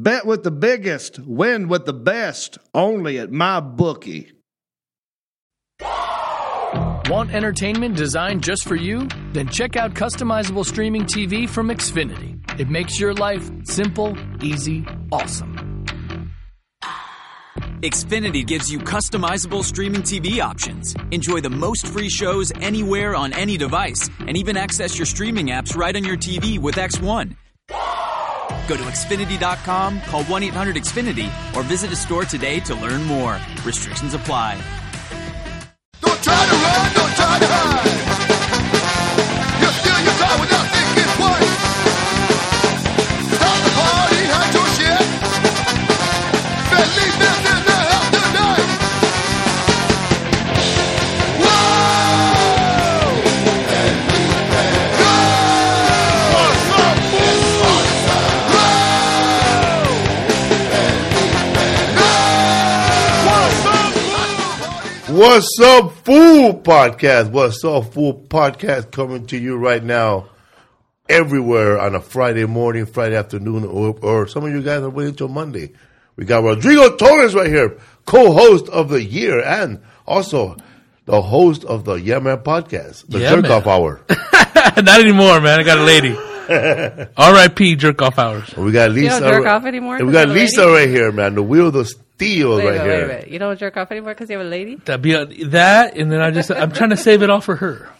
Bet with the biggest, win with the best, only at my bookie. Want entertainment designed just for you? Then check out customizable streaming TV from Xfinity. It makes your life simple, easy, awesome. Xfinity gives you customizable streaming TV options. Enjoy the most free shows anywhere on any device, and even access your streaming apps right on your TV with X1. Go to Xfinity.com, call 1 800 Xfinity, or visit a store today to learn more. Restrictions apply. Don't try to run, don't try to hide. You're still your time without thinking twice. Stop the party, hide your shit. Believe this in the house tonight. Whoa! What's up, Fool Podcast? What's up, Fool Podcast? Coming to you right now, everywhere on a Friday morning, Friday afternoon, or, or some of you guys are waiting till Monday. We got Rodrigo Torres right here, co-host of the year, and also the host of the Yeah Man Podcast, the Yeah, Jerk man. Off Hour. Not anymore, man. I got a lady. R.I.P. Jerk off hours. We got Lisa. jerk off anymore We 'cause got I'm a lady? Lisa right here, man. The wheel of the steel Wait, right wait, here. wait, wait. You don't jerk off anymore because you have a lady? That be that, and then I just I'm trying to save it all for her.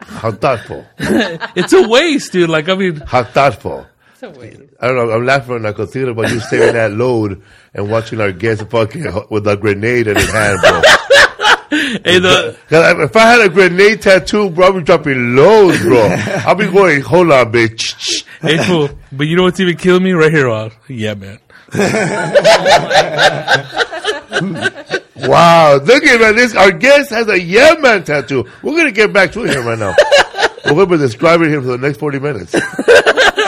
How thoughtful. It's a waste, dude. Like I mean, How thoughtful. So weird. I don't know. I'm laughing right now because thinking about you staring at load and watching our guest fucking with a grenade in his hand, bro. hey, the 'Cause I- if I had a grenade tattoo, bro, I'd be dropping loads, bro. I'll be going, hold on, bitch. hey, fool. But you know what's even killing me right here, Rod? Yeah, man. Wow. Look at man, this. Our guest has a yeah man tattoo. We're going to get back to him right now. We're going to be describing him for the next 40 minutes.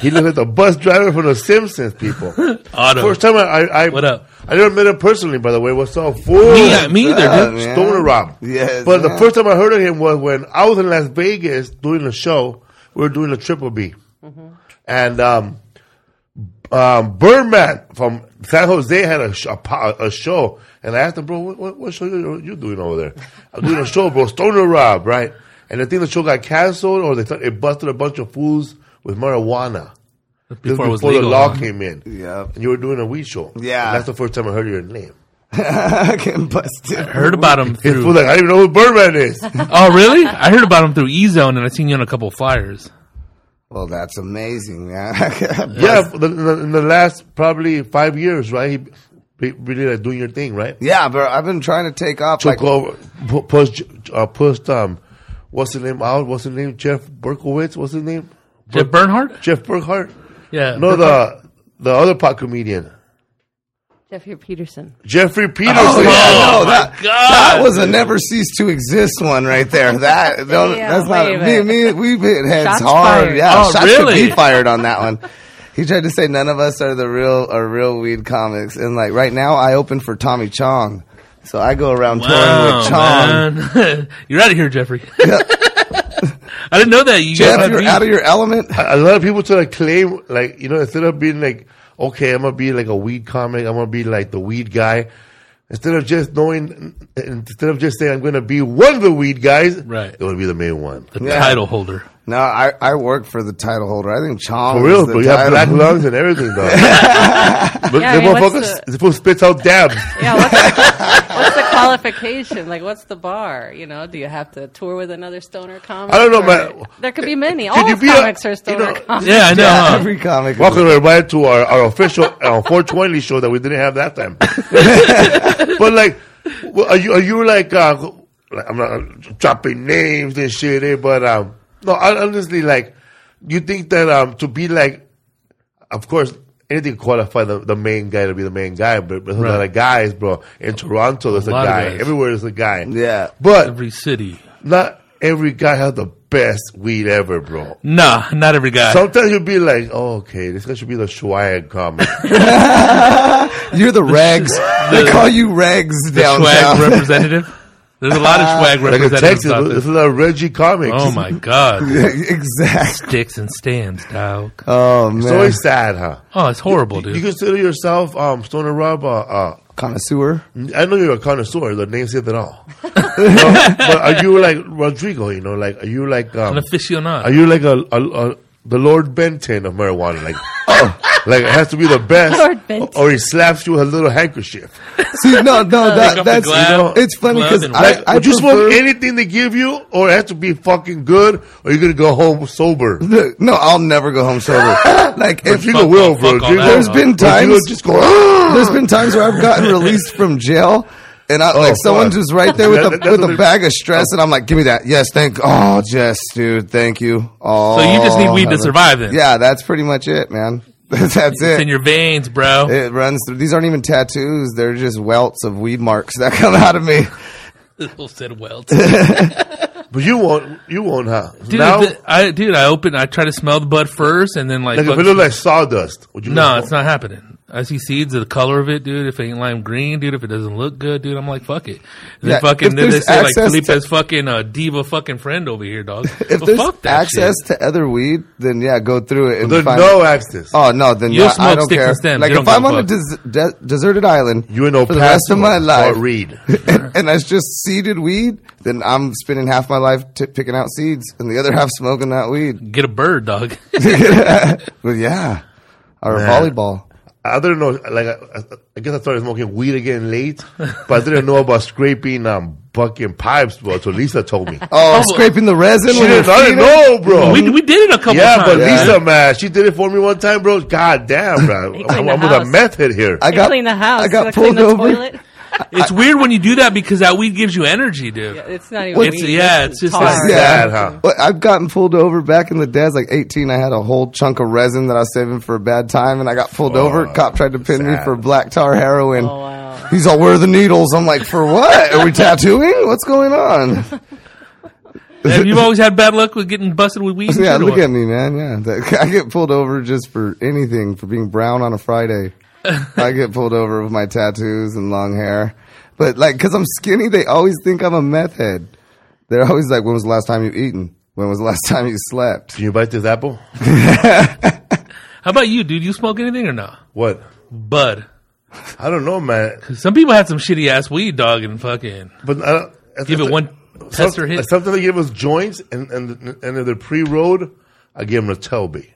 He looks like the bus driver from The Simpsons, people. Auto. First time I, I, I What up? I never met him personally, by the way. What's up, fool? me, me either, dude. man. Stoner Rob. Yes, But the yeah. first time I heard of him was when I was in Las Vegas doing a show. We were doing a triple B. Mm-hmm. And um, um, Birdman from San Jose had a, sh- a, po- a show. And I asked him, bro, what, what, what show you, you doing over there? I'm doing a show, bro, Stoner Rob, right? And I think the show got canceled or they thought it busted a bunch of fools with marijuana. This Before it was before legal. the law huh? came in. Yep. And you were doing a weed show. Yeah. And that's the first time I heard your name. Getting busted. Heard about him It was through. like, I don't even know who Birdman is. Oh, really? I heard about him through E Zone, and I seen you on a couple flyers. Well, that's amazing, man. Yeah, for the, the, in the last probably five years, right? He be- really like doing your thing, right? yeah, bro. I've been trying to take off. Took Like, over, pu- pushed, uh, pushed. Um, what's his name out? What's his name? Jeff Berkowitz. What's his name? Jeff Bernhardt? Jeff Burkhart. Yeah. No, the the other pot comedian, Jeffrey Peterson. Jeffrey Peterson. yeah, no, that, Oh, God. that was a never cease to exist one right there. That don't, Yeah, that's wait a not me. minute. Me, we've hit heads Shots hard. fired. Yeah, Oh, shots should really? be fired on that one. He tried to say none of us are the real are real weed comics, and like right now, I open for Tommy Chong, so I go around touring with Chong. man. you're out of here, Jeffrey. I didn't know that. You guys Jeff, had you're beef. out of your element. a lot of people try to claim, like, you know, instead of being like, okay, I'm gonna be like a weed comic, I'm gonna be like the weed guy. Instead of just knowing, instead of just saying I'm gonna be one of the weed guys, Right. It would be the main one. the Yeah. title holder. No, I, Uh, I work for the title holder. I think Chong. For real, is the bro, you have black title. lungs and everything, though. Look, I this mean, what's motherfucker, the- this fool spits out dabs. Yeah, what's the, what's the qualification? Like, what's the bar? You know, do you have to tour with another stoner comic? I don't know, or- man. There could be many. Could All you be a- comics you are stoner know- comics. Yeah, I know. huh? Every comic. Welcome everybody to our, our official our 420 show that we didn't have that time. but like, well, are you are you like, uh, like I'm not dropping names and shit, eh, but um, no, I, honestly, like, you think that um to be like, of course. Anything qualify the, the main guy to be the main guy, but there's a lot Right. of guys, bro. In Toronto, there's a, lot of guy. guys. Everywhere there's a guy. Yeah. but Every city. not every guy has the best weed ever, bro. Nah, not every guy. Sometimes you'll be like, oh, okay, this guy should be the Schweier comic. You're the regs. the- they call you regs the swag downtown. representative. There's a lot of swag Uh, like a representatives Texas, out this there. is a Reggie comic. Oh my god. exactly. Dicks and stands, dog. Oh man. It's always sad, huh? Oh, it's horrible, You dude. consider yourself um, Stoner Rob? Uh, uh, connoisseur. I know you're a connoisseur. The name says it all. No, but are you like Rodrigo? You know, like are you like An um, are aficionado. you like a, a, a the Lord Benton of marijuana? Like, like it has to be the best, Lord Benton. or he slaps you with a little handkerchief. See, no, no, Pick up that, the that's glove- you know, it's funny glove because and I, Like, I would you prefer- smoke anything they give you, or it has to be fucking good, or you're gonna go home sober? Look, no, I'll never go home sober. Like if Rodrigo will, fuck all bro. that. Rodrigo- There's been Rodrigo times- just go. "Ah!" there's been times where I've gotten released from jail. And Oh, I, like someone God. just right there with That- a that- with a that's- bag of stress, and I'm like, "Give me that." Yes, thank. Oh, Jess, dude, thank you. Oh, So you just need weed to heaven. survive then. Yeah, that's pretty much it, man. that's It's in it. your veins, bro. It runs through. These aren't even tattoos; they're just welts of weed marks that come out of me. Little said welt. But you won't, you won't, huh? Dude, now, the- I dude, I open. I try to smell the bud first, and then like, like if fuck- it looked like sawdust, would you? no, smoke? it's not happening. I see seeds of the color of it, dude. If it ain't lime green, dude. If it doesn't look good, dude, I'm like, fuck it. And then Yeah, fucking, if then they there's say like access to- Felipe's fucking uh, diva fucking friend over here, dog. If Well, there's fuck that access shit. to other weed, then yeah, go through it and There's find. no access. Oh no, then You'll yeah, I smoke don't sticks care. and stems. Like You if don't I'm give a on a fuck. des- de- deserted island, you ain't no for the rest of my life, read. and that's just seeded weed, then I'm spending half my life t- picking out seeds and the other half smoking that weed. get a bird, dog. Well, yeah, or a Man. Oh, volleyball. I didn't know. Like, I, I guess I started smoking weed again late, but I didn't know about scraping um fucking pipes, bro. So Lisa told me. Oh, scraping the resin. She When didn't, you're I didn't know, bro. we, we did it a couple yeah, times. but dude. Lisa, man, she did it for me one time, bro. God damn, bro. cleaned I'm, the I'm with a house. meth head here. I You got clean the house. I you got clean pulled the over. toilet. It's weird when you do that because that weed gives you energy, dude. It's not even. It's- weed, yeah, it's just tar. like- Yeah. Sad, huh? Well, I've gotten pulled over back in the day. I was like 18. I had a whole chunk of resin that I was saving for a bad time, and I got pulled over. Cop tried to pin me sad. for black tar heroin. Oh, wow. He's all, where are the needles? I'm like, for what? Are we tattooing? What's going on? Have you always had bad luck with getting busted with weed? You're Yeah, the look one. at me, man. Yeah, That- I get pulled over just for anything, for being brown on a Friday. I get pulled over with my tattoos and long hair. But like, cause I'm skinny, they always think I'm a meth head. They're always like, when was the last time you eaten? When was the last time you slept? Can you bite this apple? How about you, dude? You smoke anything or not? What? Bud. I don't know, man. Some people had some shitty ass weed, dog, and fucking But I don't, I give it think- one some- pester hit. Sometimes they give us joints, and and and if they're pre-rolled, I give them a Telby.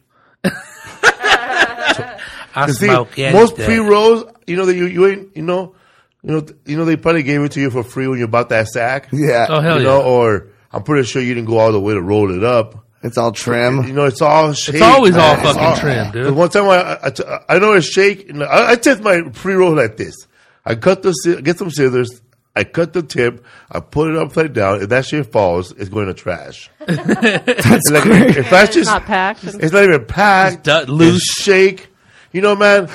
I See, smoke. Yeah, most dude. pre-rolls, you know that you you ain't you know, you know you know they probably gave it to you for free when you bought that sack. Yeah. Oh hell you yeah! know, or I'm pretty sure you didn't go all the way to roll it up. It's all You trim. know, it's all shake. it's always all man. fucking all- trim, But dude. One time I I, t- I know it's shake. and I, I test my pre-roll like this. I cut the sci- get some scissors. I cut the tip. I put it upside down. If that shit falls, it's going to trash. That's like, If I just Not packed. and- it's not even packed. Just du- loose loose. shake. You know, man,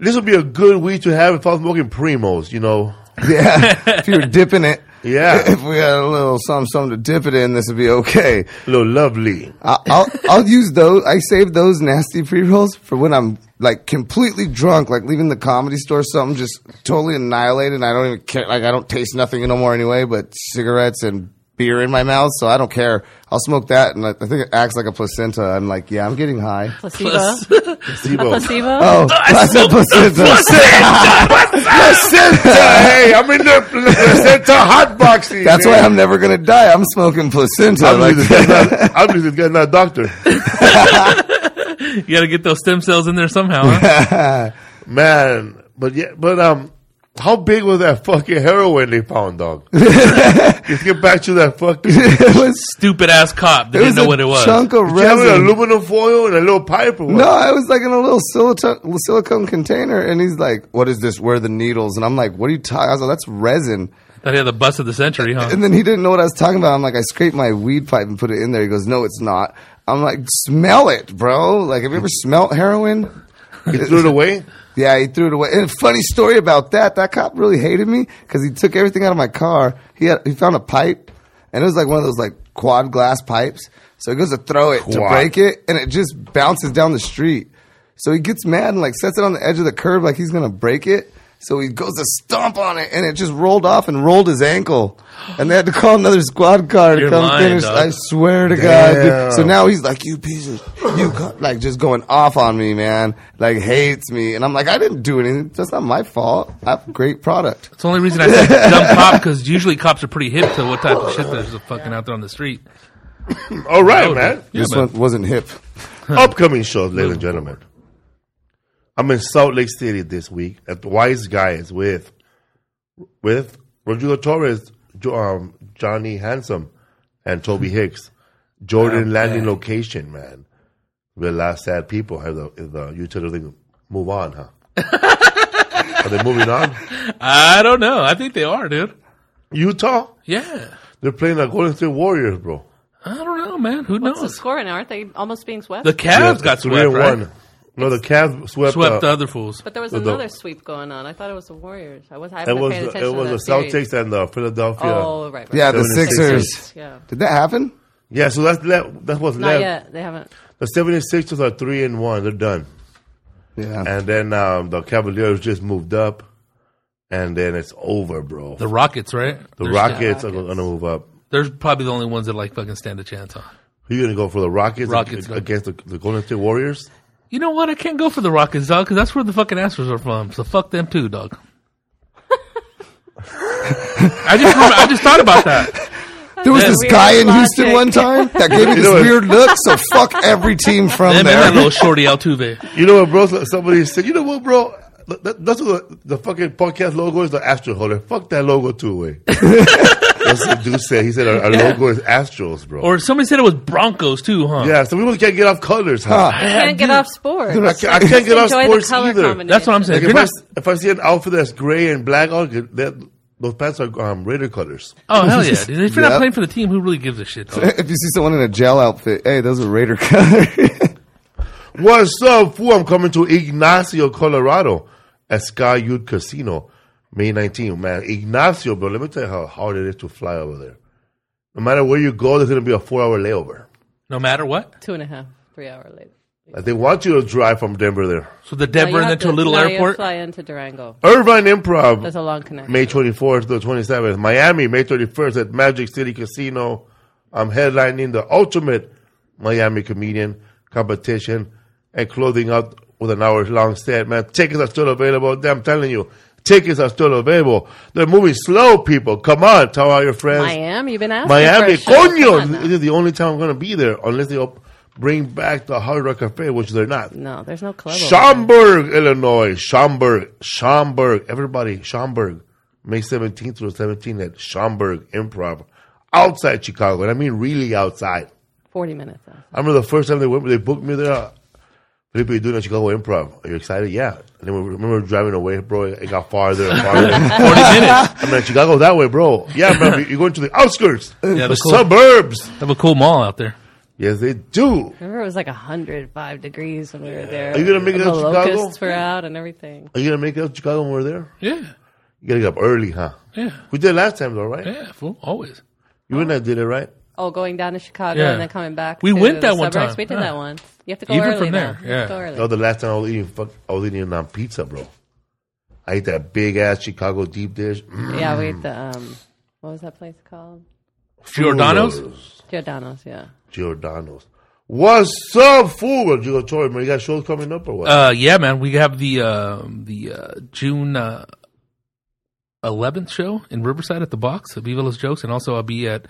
this would be a good weed to have if I was smoking primos. You know, Yeah. if you were dipping it. Yeah. If we had a little something, something to dip it in, this would be okay. Little lovely. I- I'll I'll use those. I save those nasty pre rolls for when I'm like completely drunk, like leaving the comedy store, or something just totally annihilated. And I don't even care. Like I don't taste nothing no more anyway, but cigarettes and beer in my mouth, so I don't care. I'll smoke that, and I, I think it acts like a placenta. I'm like, yeah, I'm getting high. Placebo. Placebo. Placebo. Uh, Oh, I said placenta. placenta. Hey, I'm in the placenta hot boxing. That's why I'm never gonna die. I'm smoking placenta. I'm like just getting that- I'm just getting that doctor. You got to get those stem cells in there somehow. huh? Man, but yeah, but um, how big was that fucking heroin they found, dog? Let's get back to that fucking. Did it was. Stupid ass cop that It was didn't know a what it was. chunk of you have an resin. aluminum foil and a little pipe or what? No, it was like in a little silicone, silicone container, and he's like, "What is this? Where are the needles?" And I'm like, "What are you talking?" I was like, "That's resin." That he had the bust of the century, huh? And then he didn't know what I was talking about. I'm like, "I scraped my weed pipe and put it in there." He goes, "No, it's not." I'm like, "Smell it, bro! Like, have you ever smelt heroin?" You threw it away? Yeah, he threw it away. And funny story about that. That cop really hated me because he took everything out of my car. He had, he found a pipe, and it was like one of those like quad glass pipes. So he goes to throw it to Quad. break it, and it just bounces down the street. So he gets mad and like sets it on the edge of the curb like he's gonna break it. So he goes to stomp on it, and it just rolled off and rolled his ankle. And they had to call another squad car to You're come lying, finish. dog. I swear to God. Damn. Dude. So now he's like, you piece of, you co-" like just going off on me, man. Like hates me, and I'm like, I didn't do anything. That's not my fault. I have a great product. It's the only reason I said dumb cop because usually cops are pretty hip to what type of shit there's fucking out there on the street. All right, Oh, man. Yeah, this man. one wasn't hip. Upcoming shows, ladies and gentlemen. I'm in Salt Lake City this week at the Wise Guys with with Rodrigo Torres, Jo- um, Johnny Handsome, and Toby Hmm. Hicks. Ah, Jordan Landing location, man. The last sad people have the is the you tell them they move on, huh? Are they moving on? I don't know. I think they are, dude. Utah? Yeah. They're playing the Golden State Warriors, bro. I don't know, man. Who Oh. What's the knows? score now? Aren't they almost being swept? The Cavs got three swept, and right? No, the Cavs swept, Swept the uh, other fools. but there was the- the- another sweep going on. I thought it was the Warriors. I was. I It haven't was paying the, attention it to was the that series. Celtics and the Philadelphia. Oh, right. right. Yeah, the Seven and Sixers. Yeah. Did that happen? Yeah, so that's left. That's what's Not left. yet. They haven't. The 76ers are three and one. They're done. Uh, Yeah. And then um, the Cavaliers just moved up, and then it's over, bro. The The, Rockets, right? They're- Rockets, are going to move up. They're probably the only ones that like fucking stand a chance on. Who you going to go for? The Rockets, Rockets, ag- go. against the, the Golden State Warriors? You know what? I can't go for the Rockets, dog, because that's where the fucking assholes are from. So fuck them too, dog. I just remember, I just thought about that. There was Yeah. this Weird guy in logic. Houston one time that gave me this know what? weird look. So fuck every team from Them and that there. little shorty Altuve. You know what, bro? So- Somebody said, you know what, bro? Th- th- That's what the, the fucking podcast logo is the Astro holder. Fuck that logo too, way. That's what dude said. He said our, our logo is Astros, bro. Or somebody said it was Broncos too, huh? yeah, some people can't get off colors, huh? Huh. Can't get off sports. I can't, I can't get off Enjoy the sports color either. combination. That's what I'm saying. Like If you're if, I, not, s- if I see an outfit that's gray and black, I'll get that, those pants are um, Raider colors. oh hell yeah! dude. If you're Yeah. not playing for the team, who really gives a shit? Dog? If you see someone in a gel outfit, hey, those are Raider colors. What's up, fool? I'm coming to Ignacio, Colorado at Sky Youth Casino, May 19th. Man, Ignacio, bro, let me tell you how hard it is to fly over there. No matter where you go, there's going to be a four hour layover. No matter what. Two and a half, three hour later. Like, they want you to drive from Denver there. So the No, you Denver and have then to a to- little no, you airport. fly into Durango. Irvine Improv. There's a long connection. May 24th to the 27th. Miami, May 31st at Magic City Casino. I'm headlining the ultimate Miami comedian competition and closing out with an hour long set. Man, tickets are still available. I'm telling you, tickets are still available. They're moving slow, people. Come on, tell all your friends. Miami, you've been asking. Miami, for a show. Come on coño! now. This is the only time I'm going to be there unless they op- bring back the Hard Rock Cafe, which they're not. No, there's no club. over Schaumburg, Illinois. Schaumburg, Schaumburg. Everybody, Schaumburg. May 17th through 17th at Schaumburg Improv outside Chicago. And I mean really outside. there. Forty minutes. though. I remember the first time they went, they booked me there. uh, Felipe, you're doing a Chicago Improv. Are you excited? Yeah. And then we remember driving away, bro. It got farther and farther. Forty minutes. I'm like, Chicago that way, bro. Yeah, bro. You're going to the outskirts, Yeah, the the cool- suburbs. Have a cool mall out there. Yes, they do. Remember, it was like 105 degrees when we were there. Are you gonna make it the up to Chicago? locusts were out and everything. Are you going to make it up to Chicago when we're there? Yeah. You gotta get up early, huh? Yeah. We did last time though, right? Yeah, fool, always. You and I did it, right? Oh, going down to Chicago Yeah. and then coming back. We to went the that one suburbs. time, We did yeah. that one. You have to go Even early from there, now. You have to go yeah. early. No, the last time I was eating, fuck, I was eating on pizza, bro. I ate that big ass Chicago deep dish. Mm, Yeah, we ate the um, what was that place called? Giordano's? Fulos. Giordano's. Yeah. Giordano's. What's up, fool? Where'd you go, Tori, man? You got shows coming up or what? Uh, yeah, man. We have the uh, the uh, June uh, 11th show in Riverside at the Box, Viva Los Jokes, and also I'll be at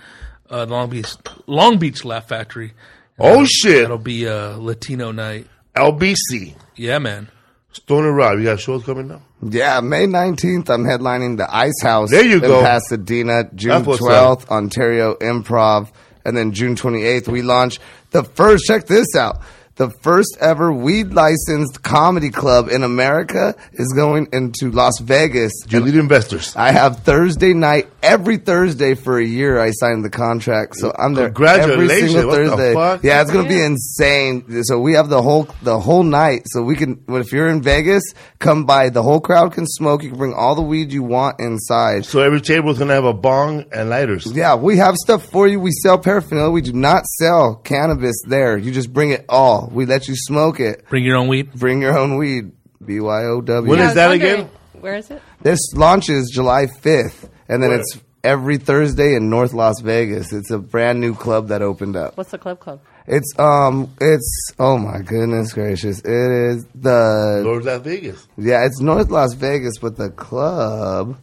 uh, Long Beach Long Beach Laugh Factory. oh shit, That'll be uh, Latino night. LBC, Yeah, man. Stony Rock. You got shows coming up? Yeah, May 19th, I'm headlining the Ice House There you in go. Pasadena. June That's what's 12th, Ontario Improv. And then June 28th, we launch the first, check this out, the first ever weed licensed comedy club in America is going into Las Vegas. You lead investors. I have Thursday night every Thursday for a year. I signed the contract, so I'm there every Congratulations. single What the Thursday. fuck? Yeah, it's gonna be insane. So we have the whole the whole night. So we can, well, if you're in Vegas, come by. The whole crowd can smoke. You can bring all the weed you want inside. So every table's gonna have a bong and lighters. Yeah, we have stuff for you. We sell paraphernalia. We do not sell cannabis there. You just bring it all. We let you smoke it. Bring your own weed. Bring your own weed. BYOW. When I Is was that wondering, again? Where is it? This launches July 5th, and then Where? it's every Thursday in North Las Vegas. It's a brand new club that opened up. What's the club called? It's um, it's oh my goodness gracious! It is the Lord Las Vegas. yeah, it's North Las Vegas, but the club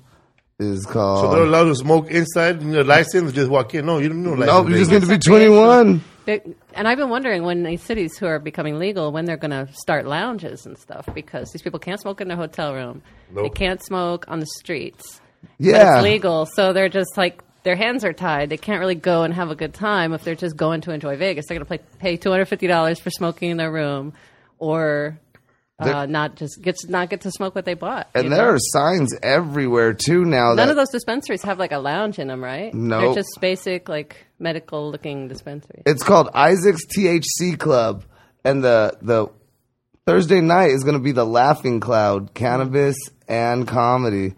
is So they're called. allowed to smoke inside. You know, license, just walk in. No, you don't know. No, license you just Vegas. need to be 21. Big- And I've been wondering when these cities who are becoming legal, when they're going to start lounges and stuff, because these people can't smoke in their hotel room. They Nope. can't smoke on the streets. But Yeah, it's legal, so they're just like their hands are tied. They can't really go and have a good time if they're just going to enjoy Vegas. They're going to pay two hundred fifty dollars for smoking in their room, or uh, not just get not get to smoke what they bought. you and know? there are signs everywhere too now. none that, of those dispensaries have like a lounge in them, right? No. they're just basic like medical looking dispensaries. It's called Isaac's THC Club, and the the Thursday night is going to be the Laughing Cloud, cannabis and comedy.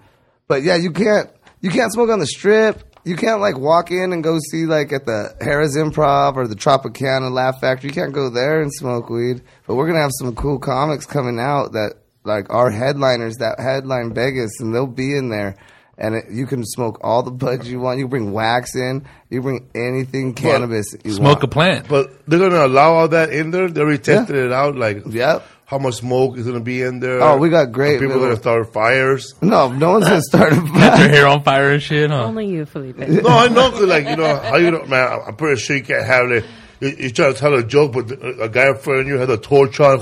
But yeah, you can't you can't smoke on the strip. You can't like walk in and go see like at the Harris Improv or the Tropicana Laugh Factory. You can't go there and smoke weed. But we're gonna have some cool comics coming out that like are headliners that headline Vegas, and they'll be in there. And it, you can smoke all the buds you want. You bring wax in. You bring anything cannabis. You Smoke want. a plant. But they're gonna allow all that in there. They already tested Yeah. it out. Like, Yep. how much smoke is gonna be in there? Oh, we got great Are people little- gonna start fires. No, no one's gonna start a Got your hair on fire and shit, huh? Oh Only you, Felipe. No, I know. 'cause, like, you know, how you know, man? I'm- I'm pretty sure you can't have it. You, you try to tell a joke, but the- a guy in front of you had a torch on.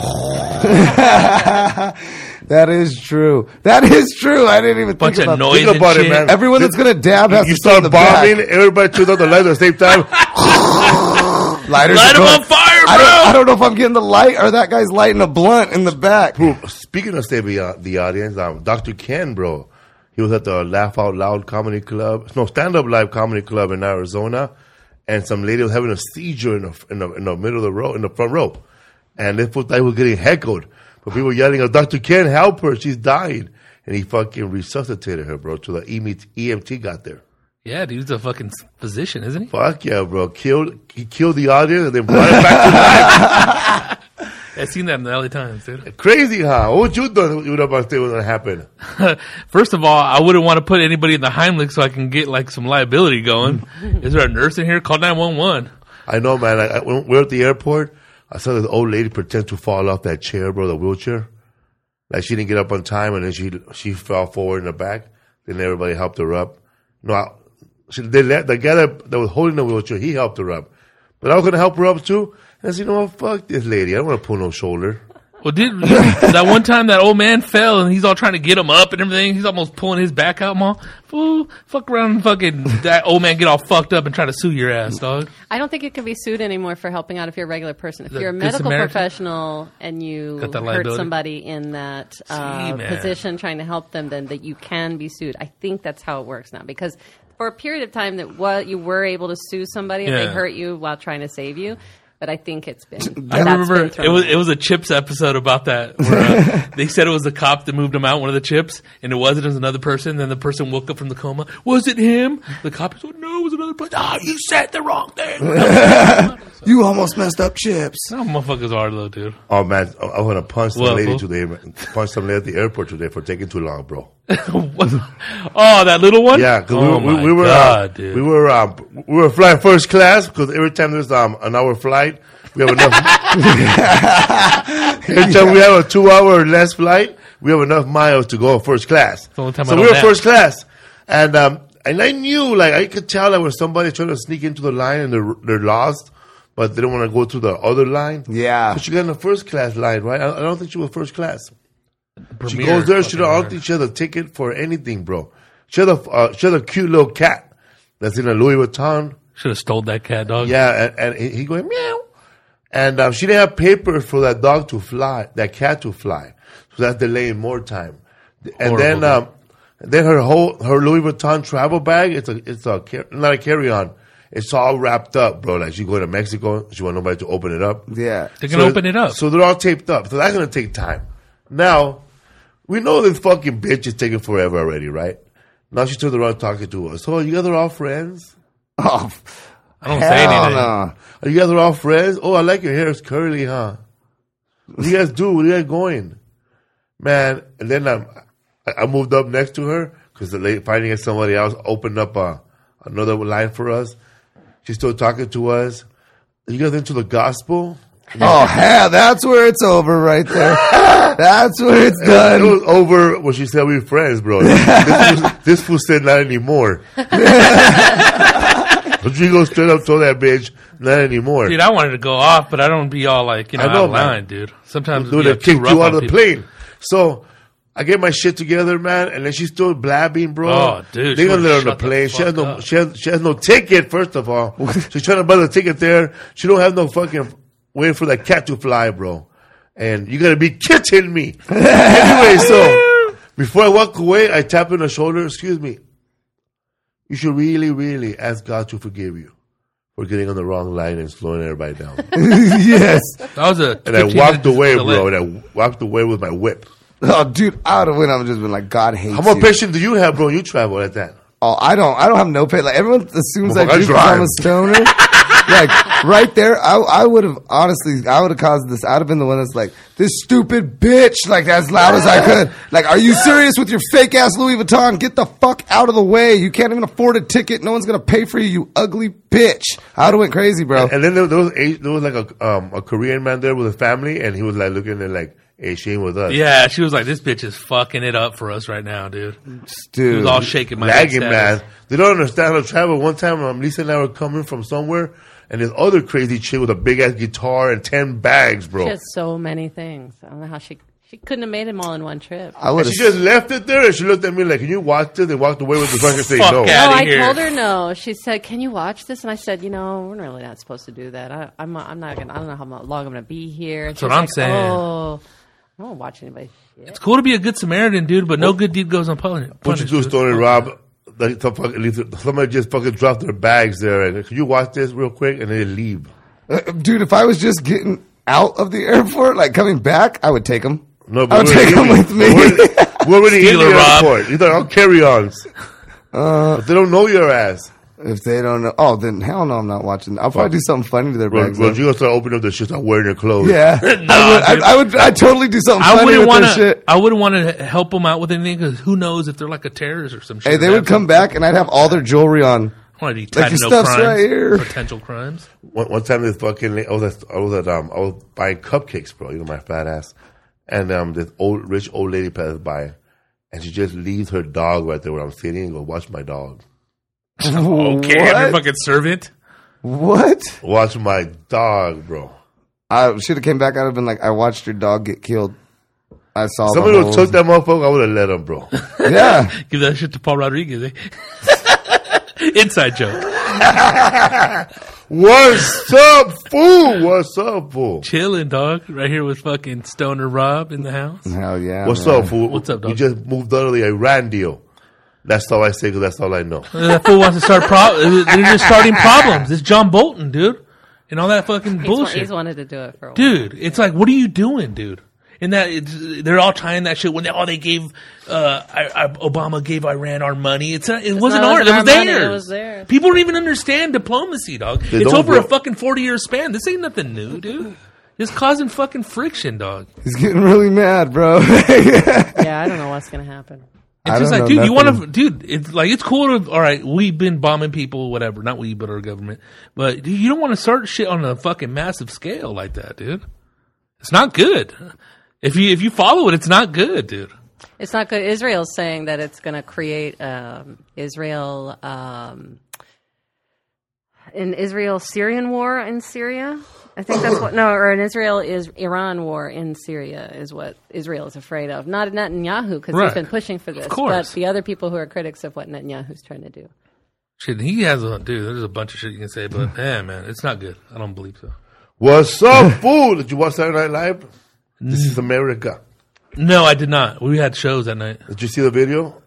that is true. That is true. I didn't even Bunch think of about noise Think and about it, shit. man. Everyone that's gonna dab has you to stay start in the bombing. back. Everybody turns out the lights at the same time. Lighters Light are 'em going- on fire, I bro! don't, I don't know if I'm getting the light or that guy's lighting a blunt in the back. Bro, speaking of saving uh, the audience, um, Dr. Ken, bro, he was at the Laugh Out Loud Comedy Club, no, Stand Up Live Comedy Club in Arizona, and some lady was having a seizure in the, in the, in the middle of the row, in the front row. And this fool thought he was getting heckled. But people yelling out, Dr. Ken, help her, she's dying. And he fucking resuscitated her, bro, till the E EMT EMT got there. Yeah, dude, he's a fucking physician, isn't he? Fuck yeah, bro. Killed, he killed the audience and then brought it back to life. I've seen that in the LA Times, dude. Crazy, huh? What would you done if you would have thought it was going to happen? First of all, I wouldn't want to put anybody in the Heimlich so I can get like some liability going. Is there a nurse in here? Call 911. I know, man. Like, I, when we we're at the airport. I saw this old lady pretend to fall off that chair, bro, the wheelchair. Like she didn't get up on time, and then she she fell forward in the back. Then everybody helped her up. No, I, she, they let the guy that, that was holding the wheelchair. He helped her up, but I was gonna help her up too. And I said, you know what? Fuck this lady. I don't want to pull no shoulder. Well, did that one time that old man fell and he's all trying to get him up and everything. He's almost pulling his back out, ma. Fool, fuck around and fucking that old man get all fucked up and try to sue your ass, dog. I don't think you can be sued anymore for helping out if you're a regular person. If The you're a Good medical Samaritan? professional and you Got that hurt liability? somebody in that uh, man. position trying to help them, then that you can be sued. I think that's how it works now because for a period of time that what you were able to sue somebody if Yeah. they hurt you while trying to save you. but I think it's been. I that's remember been it thrown was out. it was a Chips episode about that. Where, uh, they said it was the cop that moved him out, one of the Chips, and it wasn't. It was another person. Then the person woke up from the coma. Was it him? The cop said, "No, it was another person." Oh, you said the wrong thing. You almost messed up chips. Some motherfuckers are though, dude. Oh man, I, I want to punch some What, lady fool? today. man. Punch some lady at the airport today for taking too long, bro. What? oh, that little one. Yeah, because oh we, were- my we, we were God, uh, dude. we were um, we were flying first class because every time there's um an hour flight, we have enough. every time we have a two hour or less flight, we have enough miles to go first class. the only time I so don't we were nap. first class, and um and I knew like I could tell that when somebody's trying to sneak into the line and they're they're lost. But they don't want to go to the other line. Yeah. But she got in the first class line, right? I, I don't think she was first class. She Premier goes there. She don't, I don't fucking- think she has a ticket for anything, bro. She had a uh, she had a cute little cat that's in a Louis Vuitton. Should have stole that cat dog. Yeah, and, and he he going meow, and um, she didn't have papers for that dog to fly, that cat to fly, so that's delaying more time. And Horrible, then dude. um, then her whole her Louis Vuitton travel bag it's a it's a car- not a carry on. It's all wrapped up, bro. Like she go to Mexico, she want nobody to open it up. Yeah. They're gonna So- open it up. So they're all taped up. So that's gonna take time. Now, we know this fucking bitch is taking forever already, right? Now she turns around talking to us. So you guys are all friends? Oh, I don't say hell anything. no. Are you guys are all friends? Oh, I like your hair. It's curly, huh? What do you guys do? Where are you guys going? Man, and then I'm, I I moved up next to her because the lady finding somebody else opened up uh another line for us. She's still talking to us. You guys into the gospel? Oh, hell, that's where it's over right there. That's where it's It done. was over when she said we were friends, bro. this, fool, this fool said not anymore. Rodrigo straight up told that bitch not anymore. Dude, I wanted to go off, but I don't be all like you know, I know, out of man. line, dude. Sometimes Dude, we they are too kicked rough you on out of the people. plane. So I get my shit together, man, and then she's still blabbing, bro. Oh, dude, they she gonna let would've her on the shut the plane. she has fuck no, up. she has, she has no ticket. First of all, she's trying to buy the ticket there. She don't have no fucking waiting for that cat to fly, bro. And you gotta be kidding me. anyway, so before I walk away, I tap her on the shoulder. Excuse me. You should really, really ask God to forgive you for getting on the wrong line and slowing everybody down. yes. That was a And I 15 walked minutes away, delay. bro. And I walked away with my whip. Oh, dude, I would have went. I would have just been like, God hates How much you. patience do you have, bro? You travel like that. Oh, I don't. I don't have no pay. Like everyone assumes Well, I I do because I'm a drive. stoner. like right there, I, I would have honestly, I would have caused this. I'd have been the one that's like, this stupid bitch, like as loud as I could. Like, are you serious with your fake ass Louis Vuitton? Get the fuck out of the way. You can't even afford a ticket. No one's gonna pay for you. You ugly bitch. I would have went crazy, bro. And then there, there was a, there was like a um, a Korean man there with a family, and he was like looking at like, "Hey, she ain't with us." Yeah, she was like, "This bitch is fucking it up for us right now, dude." She Dude, was all shaking my head lagging status. man. They don't understand how to travel. One time, um, Lisa and I were coming from somewhere, and this other crazy chick with a big ass guitar and ten bags, bro. She has so many things. I don't know how she she couldn't have made them all in one trip. I would she just have. left it there, and she looked at me like, "Can you watch this?" And walked away with the fucking say Fuck no. yeah. No, outta I here. told her no. She said, "Can you watch this?" And I said, "You know, we're really not supposed to do that. I, I'm I'm not gonna. I don't know how mo- long I'm gonna be here." That's what I'm saying. Oh, I won't watch anybody. Shit. It's cool to be a good Samaritan, dude, but no good deed goes unpunished. What you do, dude. Stony Rob? Like, some fucking- Lisa- somebody just fucking dropped their bags there, and can you watch this real quick? And they leave. Uh, Dude, if I was just getting out of the airport, like coming back, I would take him. No, I would we're in- take him with me. We're, we're already in the Steeler, Rob. airport. These are all carry-ons. Uh, But they don't know your ass. If they don't know, oh, then hell no, I'm not watching. I'll probably do something funny to their Bro, bags. bro, though. you gonna start opening up the shit, start wearing your clothes. yeah, I, would, I, I would. I totally do something I funny wouldn't with want their to. shit. I wouldn't want to help them out with anything because who knows if they're like a terrorist or some shit. Hey, they would come back, and I'd have all their jewelry on. I want to be your tied to no stuff's crimes, right here. potential crimes. One, one time, this fucking la- I was at, I was at um I was buying cupcakes, bro. You know my fat ass, and um this old rich old lady passes by, and she just leaves her dog right there where I'm sitting and go watch my dog, Okay, and your fucking servant. What? watch my dog, bro. I should have came back. I'd have been like, I watched your dog get killed. I saw. the Somebody would have holes. took that motherfucker. I would have let him, bro. Yeah, Give that shit to Paul Rodriguez. Eh? Inside joke. What's up, fool? What's up, fool? Chilling, dog. Right here with fucking Stoner Rob in the house. hell yeah. What's man. up, fool? What's up, We dog? just moved out of the Iran deal. That's all I say because that's all I know. that fool wants to start pro- They're just starting problems. It's John Bolton, dude. and all that fucking He's, wa- bullshit. he's wanted to do it for a while. dude. It's like, what are you doing, dude? And that it's, they're all tying that shit when they, oh they gave uh, I, I, Obama gave Iran our money. It's not, it wasn't ours. not- it It was wasn't our money, theirs. it was theirs. People don't even understand diplomacy, dog. They it's don't over a go- fucking forty year span. This ain't nothing new, dude. It's causing fucking friction, dog. He's getting really mad, bro. Yeah, I don't know what's going to happen. It's I just don't like, know dude, you want to, nothing. dude, it's like, it's cool to, all right, we've been bombing people, whatever, not we, but our government. But dude, you don't want to start shit on a fucking massive scale like that, dude. It's not good. If you, if you follow it, it's not good, dude. It's not good. Israel's saying that it's going to create um, Israel um, an Israel Syrian war in Syria. I think that's what no, or an Israel is Iran war in Syria is what Israel is afraid of. Not Netanyahu because Right. he's been pushing for this, but course. the other people who are critics of what Netanyahu's trying to do. Shit, he has a, dude, there's a bunch of shit you can say, Hmm. but man, man, it's not good. I don't believe so. What's up, fool? Did you watch Saturday Night Live? This Mm. is America. No, I did not. We had shows that night. Did you see the video?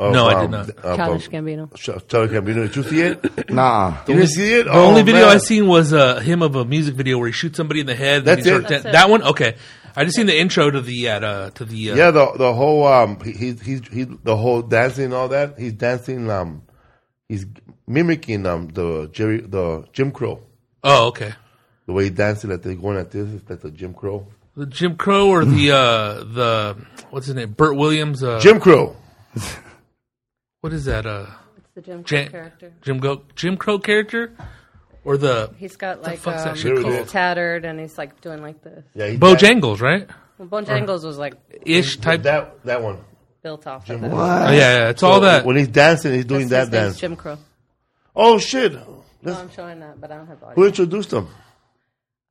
Of, No, I did not. of, Childish um, Gambino. Ch- Charlie Gambino. Did you see it? Did nah. you see it? Oh, The only video I seen was uh, him of a music video where he shoots somebody in the head. and That's he it. starts- That's it. That one, okay. I just seen the intro to the at uh, to the uh, Yeah, the the whole um he he he, he the whole dancing and all that. He's dancing um he's mimicking um the Jerry the Jim Crow. Oh, okay. The way he dancing that they're going at this is that the Jim Crow. The Jim Crow or the uh the what's his name? Burt Williams. Uh, Jim Crow. What is that? Uh, The Jim Crow Jan- character. Jim Go- Jim Crow character, or the He's got like fuck's that um, shit Here it called? is. tattered, and he's like doing like this. Yeah, he dan- Bojangles, right? Well, Bojangles was like Ish type. that that one. built off of it. Oh, yeah, yeah, it's all that. When he's dancing, he's doing His that dance. name's Jim Um, Crow. Oh shit! No, That's, I'm showing that, but I don't have the audio. who introduced him?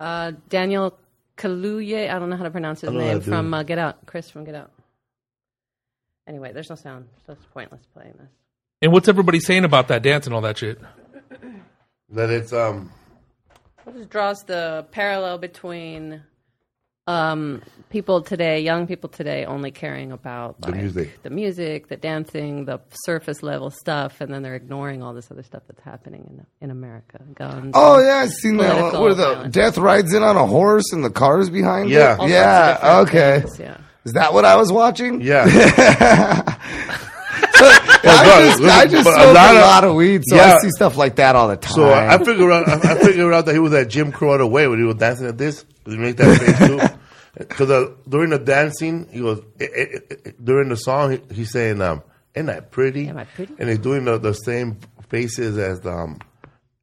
uh, Daniel Kaluuya. I don't know how to pronounce his don't know how name to do from it. uh, Get Out. Chris from Get Out. Anyway, there's no sound, so it's pointless playing this. And what's everybody saying about that dance and all that shit? That it's um Well, this draws the parallel between um, people today, young people today, only caring about The like, music. the music, the dancing, the surface level stuff, and then they're ignoring all this other stuff that's happening in in America. Guns. Oh yeah, I seen that one Political where the violence. death rides in on a horse and the car's behind Yeah. it. All sorts yeah. of Okay. different things, yeah. Is that what I was watching? yeah. I just, Look, I just but a smoke a lot lot, of- of weed, so Yeah. I see stuff like that all the time. So I, I figure out I, I figure out that he was at Jim Crow the way when he was dancing at this. He make that face too. Because uh, during the dancing, he goes eh, eh, eh, eh, during the song he, he's saying um, "Ain't that pretty?" Am I pretty? And he's doing the, the same faces as the, um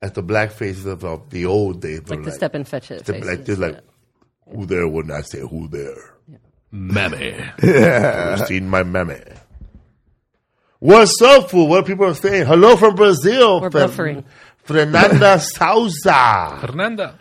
as the black faces of, of the old days, but Like the step and fetch it. step- like faces, this, like yeah. who there would not say who there. Mammy. You've seen my meme. What's up, fool? What people are saying? Hello from Brazil. We're Fer- buffering. Fernanda Souza Fernanda.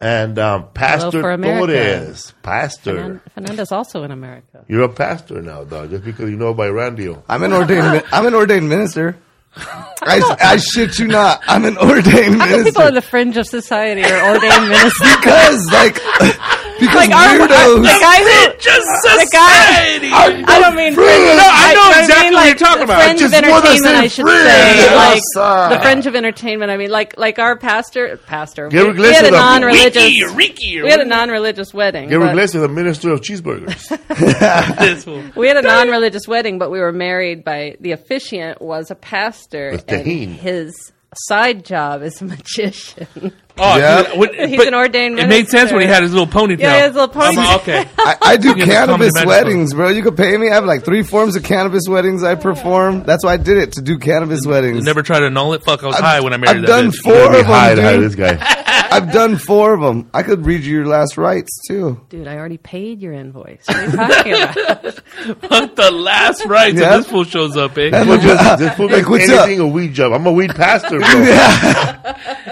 and um, Pastor for America. Torres. Pastor. Fernan- Fernanda's also in America. You're a pastor now, dog, just because you know about Randio. I'm an ordained. mi- I'm an ordained minister. I, I shit you not. I'm an ordained How come people on minister the fringe of society are ordained ministers? because like because weirdos. the guy who Just the guy. society. I don't mean fringe. fringe. No, I know mean, exactly what like, you're talking the about. I Fringe of just wanna entertainment, say I should fringe. say, Yes, like the fringe of entertainment. I mean, like like our pastor, pastor. We, Gary we had Glitter, a the- non-religious. Ricky or Ricky or We had a non-religious wedding. Gary but- Iglesias, the minister of cheeseburgers. this one. We had a non-religious wedding, but we were married by the officiant was a pastor, With and Tahini. his side job is a magician. Oh, Yeah. dude, when- He's but an ordained It made sense minister. when he had his little ponytail. Yeah, he had his little I'm ponytail. okay. I, I do can just come to cannabis Mexico. weddings, bro. You could pay me. I have like three forms of cannabis weddings I perform. That's why I did it to do cannabis weddings. Never try to annul it. Fuck, I was high when I married I've that done bitch. four Gotta be of high them, to hire dude. this guy. I've done four of them. I could read you your last rites too. Dude, I already paid your invoice. What are you talking about? Hunt the last right Yeah. till this fool shows up, eh? Well, just, just put Like, what's anything a weed job. I'm a weed pastor, bro.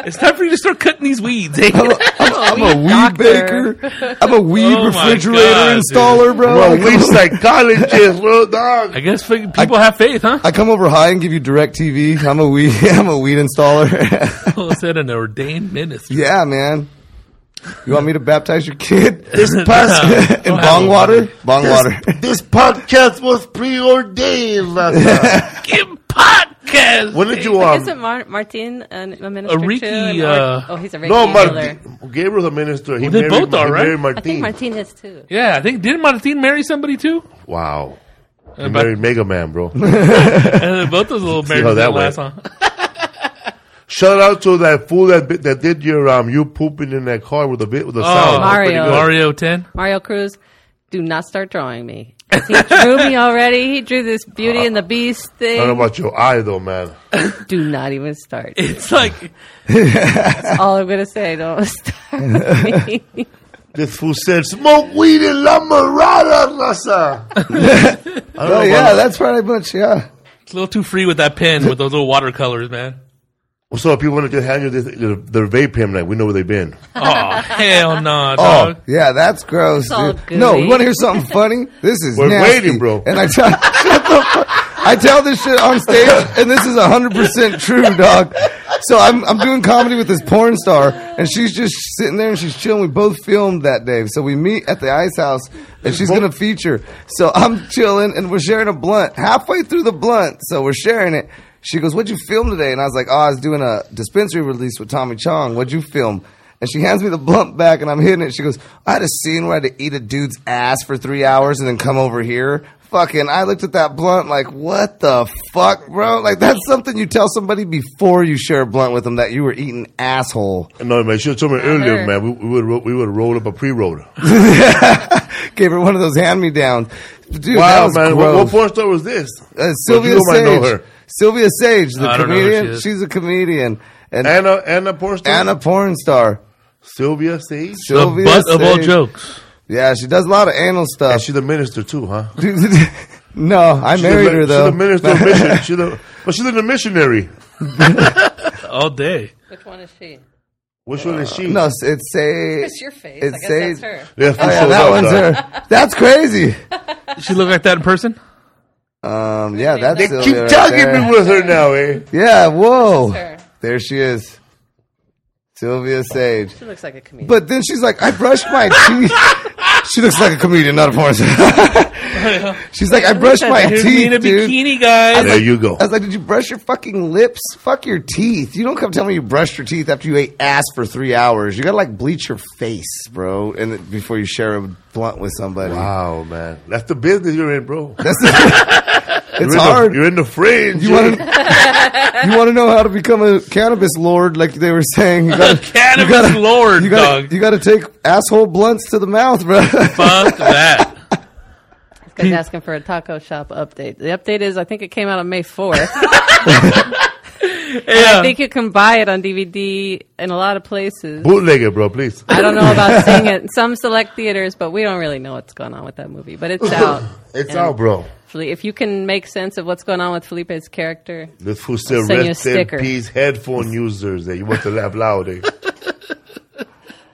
It's time for you to start cutting these weeds, eh? I'm a weed doctor. baker. I'm a weed Oh my refrigerator God, dude. installer, bro. Bro, I come weed over- psychologist, little dog. I guess fucking people have faith, huh? I come over high and give you direct TV. I'm a weed. I'm a weed installer. Well, said an ordained minister. yeah, man. You want me to baptize your kid This pastor. in bong water? Bong water. This podcast was preordained last night. Give podcast. Yes. When did you um? Isn't Mar- Martin an, a minister A Ricky, too? And- uh, oh, he's a Ricky No, healer. Martin. Gabriel's a minister. He they married, both are, he right? married I think Martin. Martin is too. Yeah, I think didn't Martin marry somebody too? Wow. He but- married Mega Man, bro. And Uh, both those little marriages that that last went. long. Shout out to that fool that bit- that did your um you pooping in that car with the bit with the sound. That's pretty Oh, Mario. good. Mario ten. Mario Cruz, do not start drawing me. 'Cause He drew me already. He drew this Beauty and the Beast I don't know thing. about your eye though, man. Do not even start. It's like That's all I'm gonna say. Don't start. with me. This fool said, "Smoke weed in La Mirada, Rasa." I don't know Oh, about- yeah, that's pretty much, yeah. it's a little too free with that pen with those little watercolors, man. So if people want to just hand you this, their, their vape pen, like we know where they've been. Oh hell no, Oh, dog. yeah, that's gross, It's all eh? dude. No, gooey. you want to hear something funny? This is We're nasty. waiting, bro. And I tell, shut the fuck. I tell this shit on stage, and this is hundred percent true, dog. So I'm I'm doing comedy with this porn star, and she's just sitting there and she's chilling. We both filmed that day, so we meet at the ice house, and she's gonna feature. So I'm chilling, and we're sharing a blunt. Halfway through the blunt, so we're sharing it. She goes, "What'd you film today?" And I was like, "Oh, I was doing a dispensary release with Tommy Chong. What'd you film?" And she hands me the blunt back, and I'm hitting it. She goes, "I had a scene where I had to eat a dude's ass for three hours and then come over here." Fucking, I looked at that blunt like, "What the fuck, bro? Like that's something you tell somebody before you share a blunt with them that you were eating asshole." No, man, should have told me earlier, her. man. We, we would we would have rolled up a pre-roll. Gave her one of those hand me downs. Dude, that Wow, was man, what, gross. what porn star was this? Uh, Well, Sylvia you might Sage. know her. Sylvia Sage, the I don't know who comedian. she is. She's a comedian and and Anna Anna porn star. a porn star. Sylvia Sage. The Sylvia butt of all Sage. jokes. Yeah, she does a lot of anal And stuff. she's a minister too, huh? no, I She's married a, mi- her though. She's a minister of mission. She's a, but she's a missionary. All day. Which one is she? Which one is she? No, s- it's say It's your face. It's I guess Sage. that's her. Yeah, Oh, yeah, that one's her. That's crazy. She look like that in person? Um, yeah, that's They Sylvia keep right tagging there. me with her now, eh? Yeah, whoa, her. there she is, Sylvia Sage. She looks like a comedian. But then she's like, I brushed my teeth. she looks like a comedian, not a porn star. she's like, I brushed my Here's me in a teeth, dude. bikini, guys. There you go. I was like, did you brush your fucking lips? Fuck your teeth. You don't come tell me you brushed your teeth after you ate ass for three hours. You gotta like bleach your face, bro, and it- before you share a blunt with somebody. Wow, man, that's the business you're in, bro. That's it's you're In hard. the, you're in the fringe. You want to you want to know how to become a cannabis lord, like they were saying. You gotta, Cannabis you gotta- lord, you gotta, dog. You got to take asshole blunts to the mouth, bro. Fuck that. Guys asking for a taco shop update. The update is I think it came out on May 4th. I Yeah. think you can buy it on DVD in a lot of places. bootleg it, bro, please. I don't know about seeing it in some select theaters, but we don't really know what's going on with that movie. But it's out. It's And out, bro. Feli- If you can make sense of what's going on with Felipe's character, This fool said, send you a rest in sticker." peace, headphone users. That you want to laugh loud. Eh?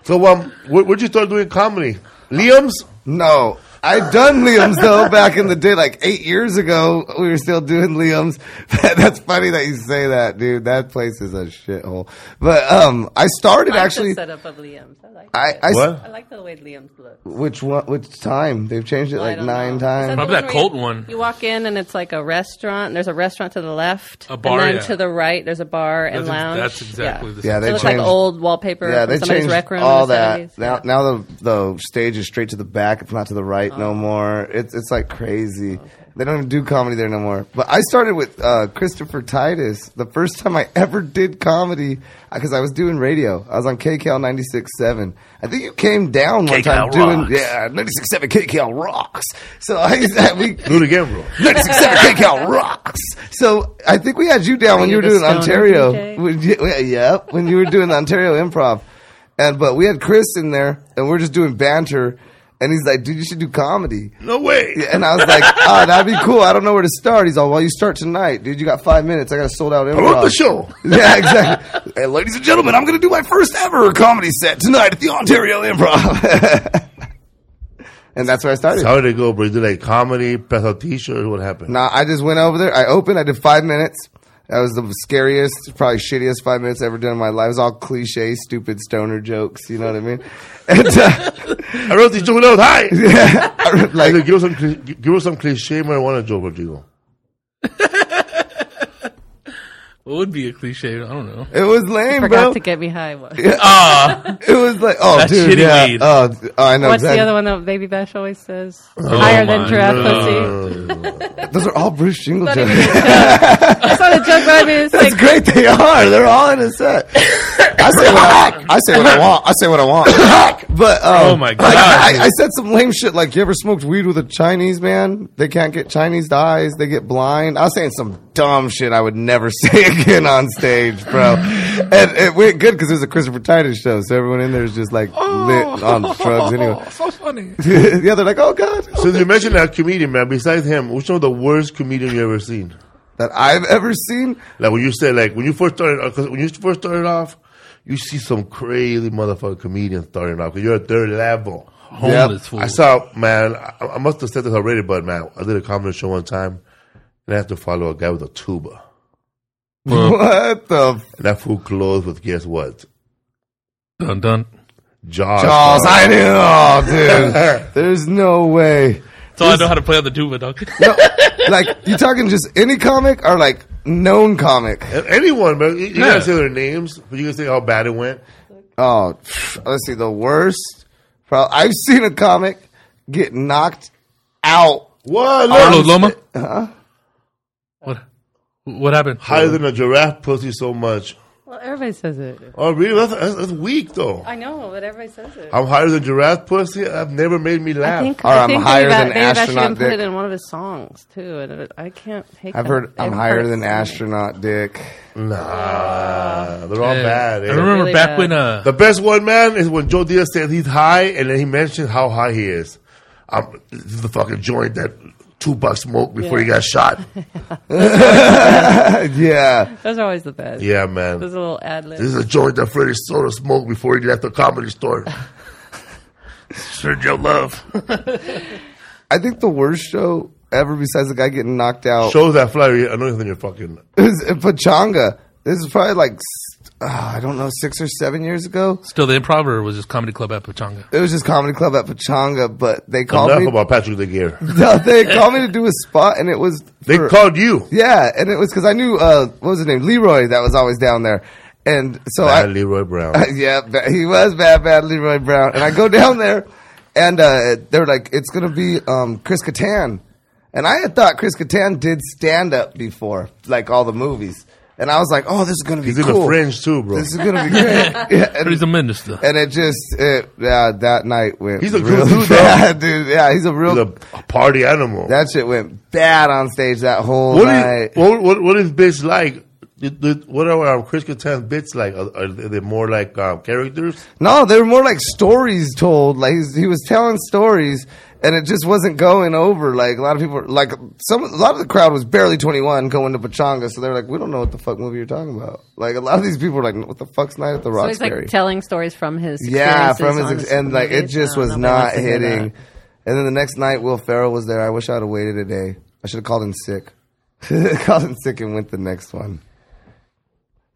so, um, where, where'd you start doing comedy? Liam's? No. I done Liam's though back in the day, like eight years ago. We were still doing Liam's. That's funny that you say that, dude. That place is a shithole. But um, I started I like the actually. setup of Liam's. I like. I, it. I What? I like the way Liam's looks. which one? Which time? They've changed it I like don't nine know. Is times. the Probably that where Colt you- one. You walk in and it's like a restaurant. And there's a restaurant to the left, A bar, and then yeah. to the right there's a bar and That's- lounge. that's exactly the Yeah, same. they It looks like changed- old wallpaper. Yeah, Yeah, they somebody's changed rec room in all the that. 70s. Now, now the the stage is straight to the back. It's not to the right Oh. no more. It's it's like crazy. They don't even do comedy there no more. But I started with uh, Christopher Titus. The first time I ever did comedy, because I was doing radio. I was on KCAL 96.7. I think you came down one time KCAL doing rocks. yeah 96.7 KCAL rocks. So I we Do it again, bro. 96.7 KCAL rocks. So I think we had you down when you you were the stoner doing Ontario. DJ? When you- yeah, yep, when you were doing Ontario improv. And but we had Chris in there, and we're just doing banter. And he's like, "Dude, you should do comedy." No way. And I was like, "Ah, that'd be cool. I don't know where to start." He's all, "Well, you start tonight, dude. You got five minutes. I got a sold out improv." Promote the show. Yeah, exactly. hey, ladies and gentlemen, I'm going to do my first ever comedy set tonight at the Ontario Improv. and that's where I started. How did it go, bro? You did like comedy, pass out t-shirts. What happened? Nah, I just went over there. I opened. I did five minutes. That was the scariest, probably shittiest five minutes I've ever done in my life. It was all cliche, stupid stoner jokes. You know what I mean? And, uh, I wrote this joke when I was high. I- I said, like, give us some, cli- give us some cliche marijuana joke, Rodrigo. What would be a cliche? I don't know. It was lame, Forgot bro. to get me high. One. Ah, It was like, oh, That's dude, shitty yeah. weed. Oh, th- oh, I know What's exactly. the other one that Baby Bash always says? Higher than Oh my giraffe pussy. Uh, Those are all Bruce Jingle Not even jokes. a joke. That's not a joke, but I mean, it's That's like great. They are. They're all in a set. I say what I, I say what I want. I say what I want. But um, Oh my God, like, I, I said some lame shit. Like you ever smoked weed with a Chinese man? They can't get Chinese eyes. They get blind. I was saying some dumb shit I would never say again on stage, bro. And it went good because it was a Christopher Titus show, so everyone in there is just like lit on drugs anyway. so funny. yeah, they're like, oh god, Since you mentioned that comedian, man, besides him, which one of the worst comedian you ever seen? that I've ever seen. Like when you said, like when you first started, uh, cause when you first started off, you see some crazy motherfucking comedians starting off. you you're at their level. Homeless fool. I saw, man. I, I must have said this already, but man, I did a comedy show one time, and I had to follow a guy with a tuba, What the and that fool closed with guess what? dun dun. Jaws. Charles? I knew, oh, dude. There's no way. That's all I know how to play on the tuba, dog. No, like you talking just any comic or like known comic? A- Anyone, man. You, you Yeah. gotta say their names, but you can say how bad it went. Oh, pff, let's see. The worst. Probably, I've seen a comic get knocked out. What? Look, Arlo Loma. What? What happened? higher than a giraffe pussy so much. well, everybody says it. Oh, really? That's, that's, that's weak, though. I know, but everybody says it. I'm higher than giraffe pussy. I've never made me I laugh. think, Or I I'm think higher Baby Ba- than Baby Bash astronaut even put dick. it in one of his songs too, and it, I can't take. I've that. heard I'm It higher hurts. than astronaut dick. Ah. nah, they're all Yeah. bad. I eh? remember Really back bad. when uh, The best one, man, is when Joe Diaz said he's high, and then he mentioned how high he is. I'm, this is the fucking joint that two bucks smoked before he got shot. yeah, Those are always the best. yeah, man. Those This are little ad libs. is a joint that Freddie Soto smoked before he left the comedy store. Sergio Love. I think the worst show ever besides the guy getting knocked out Shows that Flattery. I know you're fucking. is Pachanga. This is probably like s- uh, I don't know six or seven years ago. still the improv or was just comedy club at Pachanga. It was just comedy club at Pachanga, but they called Enough me. about Patrick DeGear. No, they called me to do a spot, and it was They for- called you. Yeah, and it was because I knew uh, what was his name, Leroy, that was always down there, and so Bad I, Leroy Brown. yeah, ba- he was bad, bad Leroy Brown, and I go down there, and uh, they're like, it's gonna be um, Chris Kattan, and I had thought Chris Kattan did stand up before, like all the movies, and I was like, oh, this is gonna be He's in cool. the fringe too, bro. This is gonna be great. yeah, But and, he's a minister. Mm. and it just it, yeah, that night went. He's a cool real dude, though. bad, dude. Yeah, he's a real. He's a a party animal. that shit went bad on stage that whole What night. is what, what what is bitch like? Did- did- What are um, Chris Kattan's bits like? Are, are they more like um, characters? No, they were more like stories told. Like he's, he was telling stories, and it just wasn't going over. Like a lot of people, were- like some, a lot of the crowd was barely twenty one going to Pachanga, so they're like, we don't know what the fuck movie you're talking about. Like a lot of these people were like, what the fuck's Night at the So he's Roxbury? like telling stories from his yeah, experiences from on his ex- and like it movies. I just don't know was if I want not to hear that. hitting. And then the next night, Will Ferrell was there. I wish I'd have waited a day. I should have called in sick. called in sick and went the next one.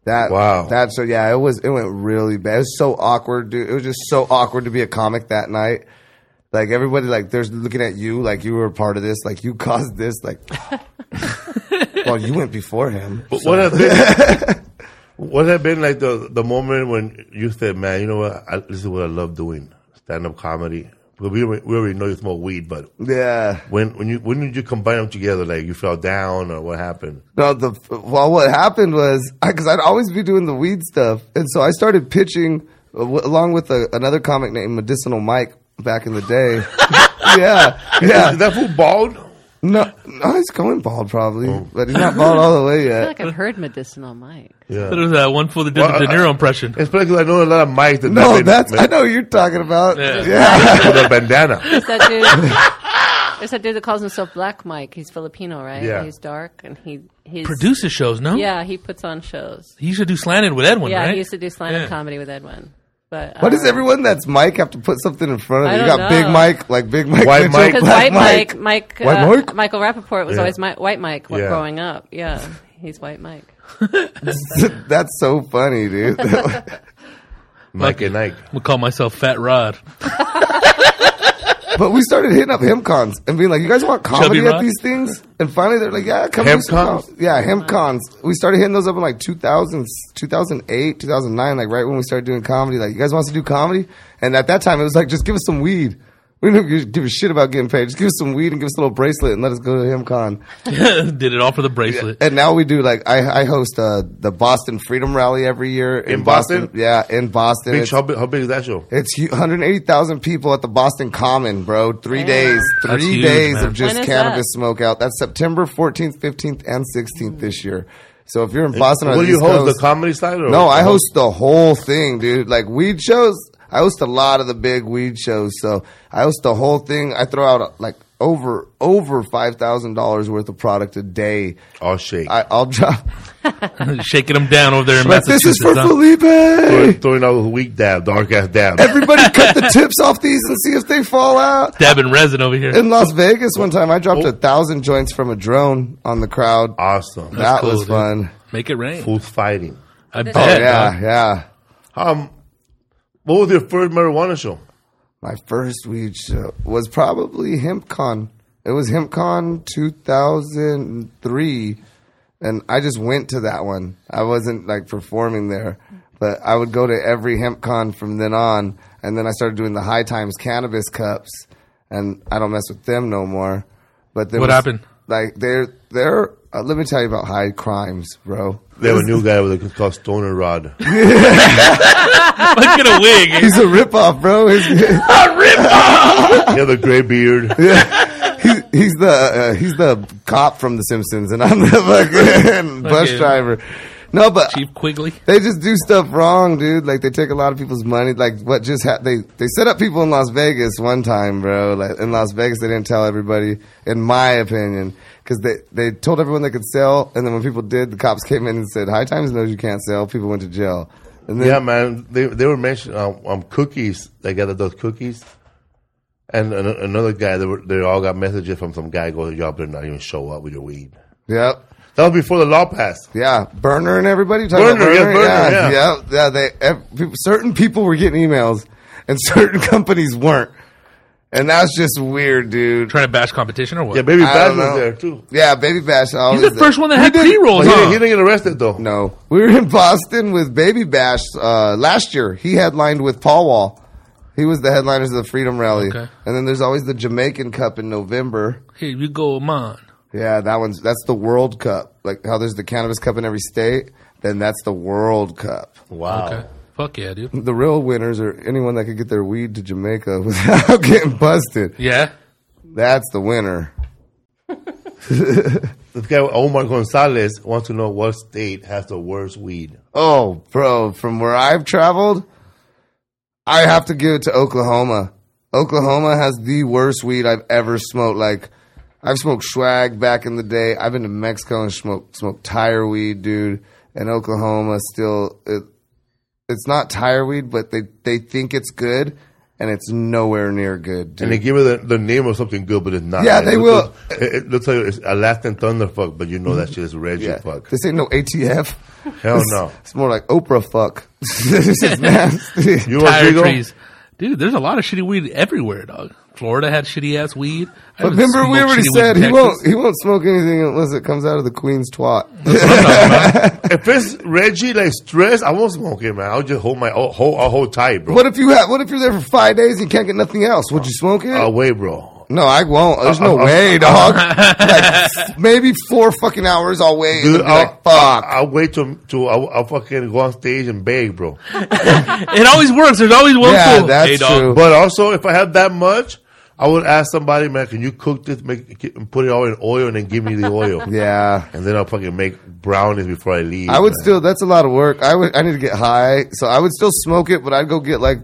That Wow. That so yeah, it was it went really bad. It was so awkward, dude. It was just so awkward to be a comic that night. Like everybody, like they're looking at you, like you were a part of this, like you caused this, like. well, you went before him. What- What have been? What have been like the the moment when you said, "Man, you know what? I, this is what I love doing: stand up comedy." Because we already, we already know you smoke weed, but Yeah. when when you when did you combine them together? Like you fell down, or what happened? No, the well, what happened was because I'd always be doing the weed stuff, and so I started pitching uh, w- along with a, another comic named Medicinal Mike back in the day. yeah, Is yeah. that fool bald? No, no, he's going bald probably, but he's not bald all the I way feel yet. like I've heard medicinal Mike. There was that one fool that did Well, the De I- Niro impression. It's because I know a lot of mics that No, nothing- that's I know what you're talking about. Yeah. Yeah, with a bandana. There's that dude. there's that dude that calls himself Black Mike. He's Filipino, right? Yeah. He's dark, and he his Produces shows, no? Yeah, he puts on shows. He should do slanted with Edwin, yeah, right? he used to do slam Yeah. up comedy with Edwin. But uh, Why does everyone that's Mike have to put something in front of I it? You don't got Big know. Mike, like Big Mike. White Mitchell, Mike. Because Black White Mike, Mike, White uh, Mike? Michael Rappaport was Yeah. always Mi- White Mike wh- Yeah. growing up. Yeah, he's White Mike. That's so funny, dude. Mike and Nike. I'm gonna call myself Fat Rod. But we started hitting up hemp cons and being like, "You guys want comedy Chubby at Rock? these things?" And finally, they're like, "Yeah, come Hemp do some cons? com- Yeah, hemp cons. We started hitting those up in like 2000, 2008, 2009, like right when we started doing comedy. Like, you guys want us to do comedy? And at that time, it was like, just give us some weed. We didn't give- give a shit about getting paid. Just give us some weed and give us a little bracelet and let us go to hemp con. Did it all for the bracelet. And now we do like I, I host uh, the Boston Freedom Rally every year In Boston? Yeah, in Boston. Big, It's- how, big, how big is that show? It's hu- 180,000 people at the Boston Common, bro. Three Damn. days, three That's huge, days man. of just When is cannabis that? smoke out. That's September 14th, 15th, and 16th this year. So if you're in Boston, or what the do you East host? Coast- The comedy side? Or no, I host the whole thing, dude. Like weed shows, I host a lot of the big weed shows. So I host the whole thing. I throw out uh, like over over five thousand dollars worth of product a day. I'll shake. I, I'll drop. Shaking them down over there in But Massachusetts. this is for huh? Felipe. Throwing- throwing out a weak dab, dark ass dab. Everybody, cut the tips off these and see if they fall out. Dabbing resin over here. in Las Vegas one time, I dropped Oh. a thousand joints from a drone on the crowd. awesome. that cool, was dude. fun. Make it rain. Who's fighting? I bet. Oh yeah, dog. yeah, Um, what was your first marijuana show? My first weed show was probably HempCon. It was HempCon 2003, and I just went to that one. I wasn't like performing there, but I would go to every HempCon from then on. And then I started doing the High Times Cannabis Cups, and I don't mess with them no more. But there What was- happened? Like they're they're. Uh, let me tell you about high crimes, bro. They have a new guy with a called Stoner Rod. Let's get a wig. eh? He's a ripoff, bro. He's, He has a gray beard. he's, he's the uh, he's the cop from The Simpsons, and I'm the fucking bus Fucking- driver. No, but Chief Quigley. they just do stuff wrong, dude. Like they take a lot of people's money. Like what just ha- they they set up people in Las Vegas one time, bro. Like in Las Vegas, they didn't tell everybody, in my opinion, because they they told everyone they could sell, and then when people did, the cops came in and said, "High times knows you can't sell." People went to jail, and then yeah, man. They they were mentioning um, um, cookies. They got those cookies. And an- another guy, they, were, they all got messages from some guy goes, y'all better not even show up with your weed. yep. That was before the law passed. Yeah, burner and everybody. You talking Burner, about yeah, Burner, yeah, yeah. yeah, yeah, They ev- people, certain people were getting emails, and certain companies weren't, and that's just weird, dude. Trying to bash competition or what? Yeah, Baby I Bad don't was know. there, too. Yeah, Baby Bash. Always He's the there. first one that had pre But he, didn't, rolls, Oh, he huh? didn't get arrested, though. No, we were in Boston with Baby Bash uh, last year. He headlined with Paul Wall. He was the headliners of the Freedom Rally, Okay. and then there's always the Jamaican Cup in November. Here you go, man. Yeah, that one's that's the World Cup. Like how there's the Cannabis Cup in every state, then that's the World Cup. Wow. Okay. Fuck yeah, dude. the real winners are anyone that could get their weed to Jamaica without getting busted. Yeah. That's the winner. This guy, Omar Gonzalez, wants to know what state has the worst weed. Oh, bro, from where I've traveled, I have to give it to Oklahoma. Oklahoma has the worst weed I've ever smoked. Like, I've smoked swag back in the day. I've been to Mexico and smoked smoked tire weed, dude. And Oklahoma still, it, it's not tire weed, but they they think it's good, and it's nowhere near good, dude. And they give it the, the name of something good, but it's not. Yeah, It they looks- It, it looks like it's Alaskan Thunderfuck, but you know that shit is Reggie Yeah. Fuck. This ain't no ATF. Hell This- Oh, no. It's more like Oprah fuck. this is nasty. You want Tire Gigo? trees. Dude, there's a lot of shitty weed everywhere, dog. Florida had shitty ass weed. I But haven't remember, we smoked already shitty weed in said he Texas. won't. He won't smoke anything unless it comes out of the queen's twat. If it's Reggie like stress, I won't smoke it, man. I'll just hold my I'll hold. I'll hold tight, bro. what if you have? What if you're there for five days and you can't get nothing else? Would you smoke it? I'll wait, bro. no, I won't. There's Oh. no uh, uh, way, dog. like, maybe four fucking hours. I'll wait. and Dude, be I'll, like, fuck. I'll uh, wait till till I'll, I'll fucking go on stage and beg, bro. It always works. There's always one Yeah, fool. that's hey, dog. true. But also, if I have that much, I would ask somebody, man, can you cook this, make get- and put it all in oil, and then give me the oil, yeah. and then I'll fucking make brownies before I leave. I would man. still. That's a lot of work. I would. I need to get high, so I would still smoke it, but I'd go get like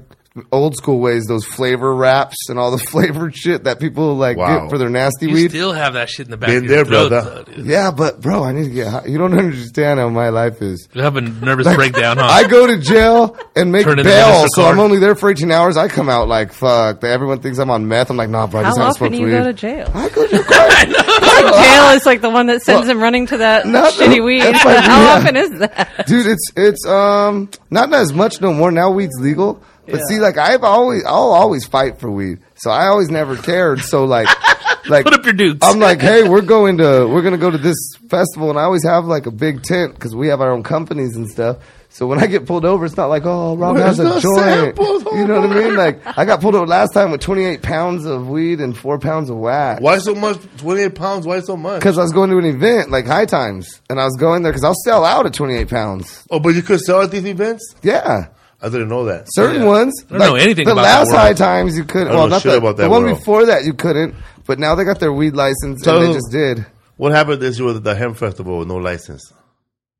old school ways, those flavor wraps and all the flavored shit that people like Wow. get for their nasty You weed. still have that shit in the back Been of your there, throat, brother. though, dude. yeah, but bro, I need to get high. You don't understand how my life is. You have a nervous breakdown, huh? I go to jail and make Turn in the bail, Mastercard. so I'm only there for 18 hours. I come out like fuck. Everyone thinks I'm on meth. I'm like, nah, bro. I How just haven't often smoked do you weed. go to jail? I go to jail. jail is like the one that sends Well, him running to that not the- shitty weed. that's like- How yeah. often is that? dude it's it's um not as much no more now weed's legal but see like i've always i'll always fight for weed So I always never cared. So like, like Put up your dukes. I'm like, hey, we're going to we're gonna go to this festival, and I always have like a big tent because we have our own companies and stuff. So when I get pulled over, it's not like, oh, Rob Where's has a the joint. samples? Oh, You know what I mean? my. Like I got pulled over last time with 28 pounds of weed and four pounds of wax. Why so much? Twenty eight pounds. Why so much? Because I was going to an event like High Times, and I was going there because I'll sell out at 28 pounds. Oh, but you could sell at these events. Yeah. I didn't know that. Certain ones. I don't know anything The about that last world. high times you couldn't. I don't Well, know not shit the, about the that one world. before that you couldn't, but now they got their weed license So- and they just did What happened this year with the hemp festival with no license?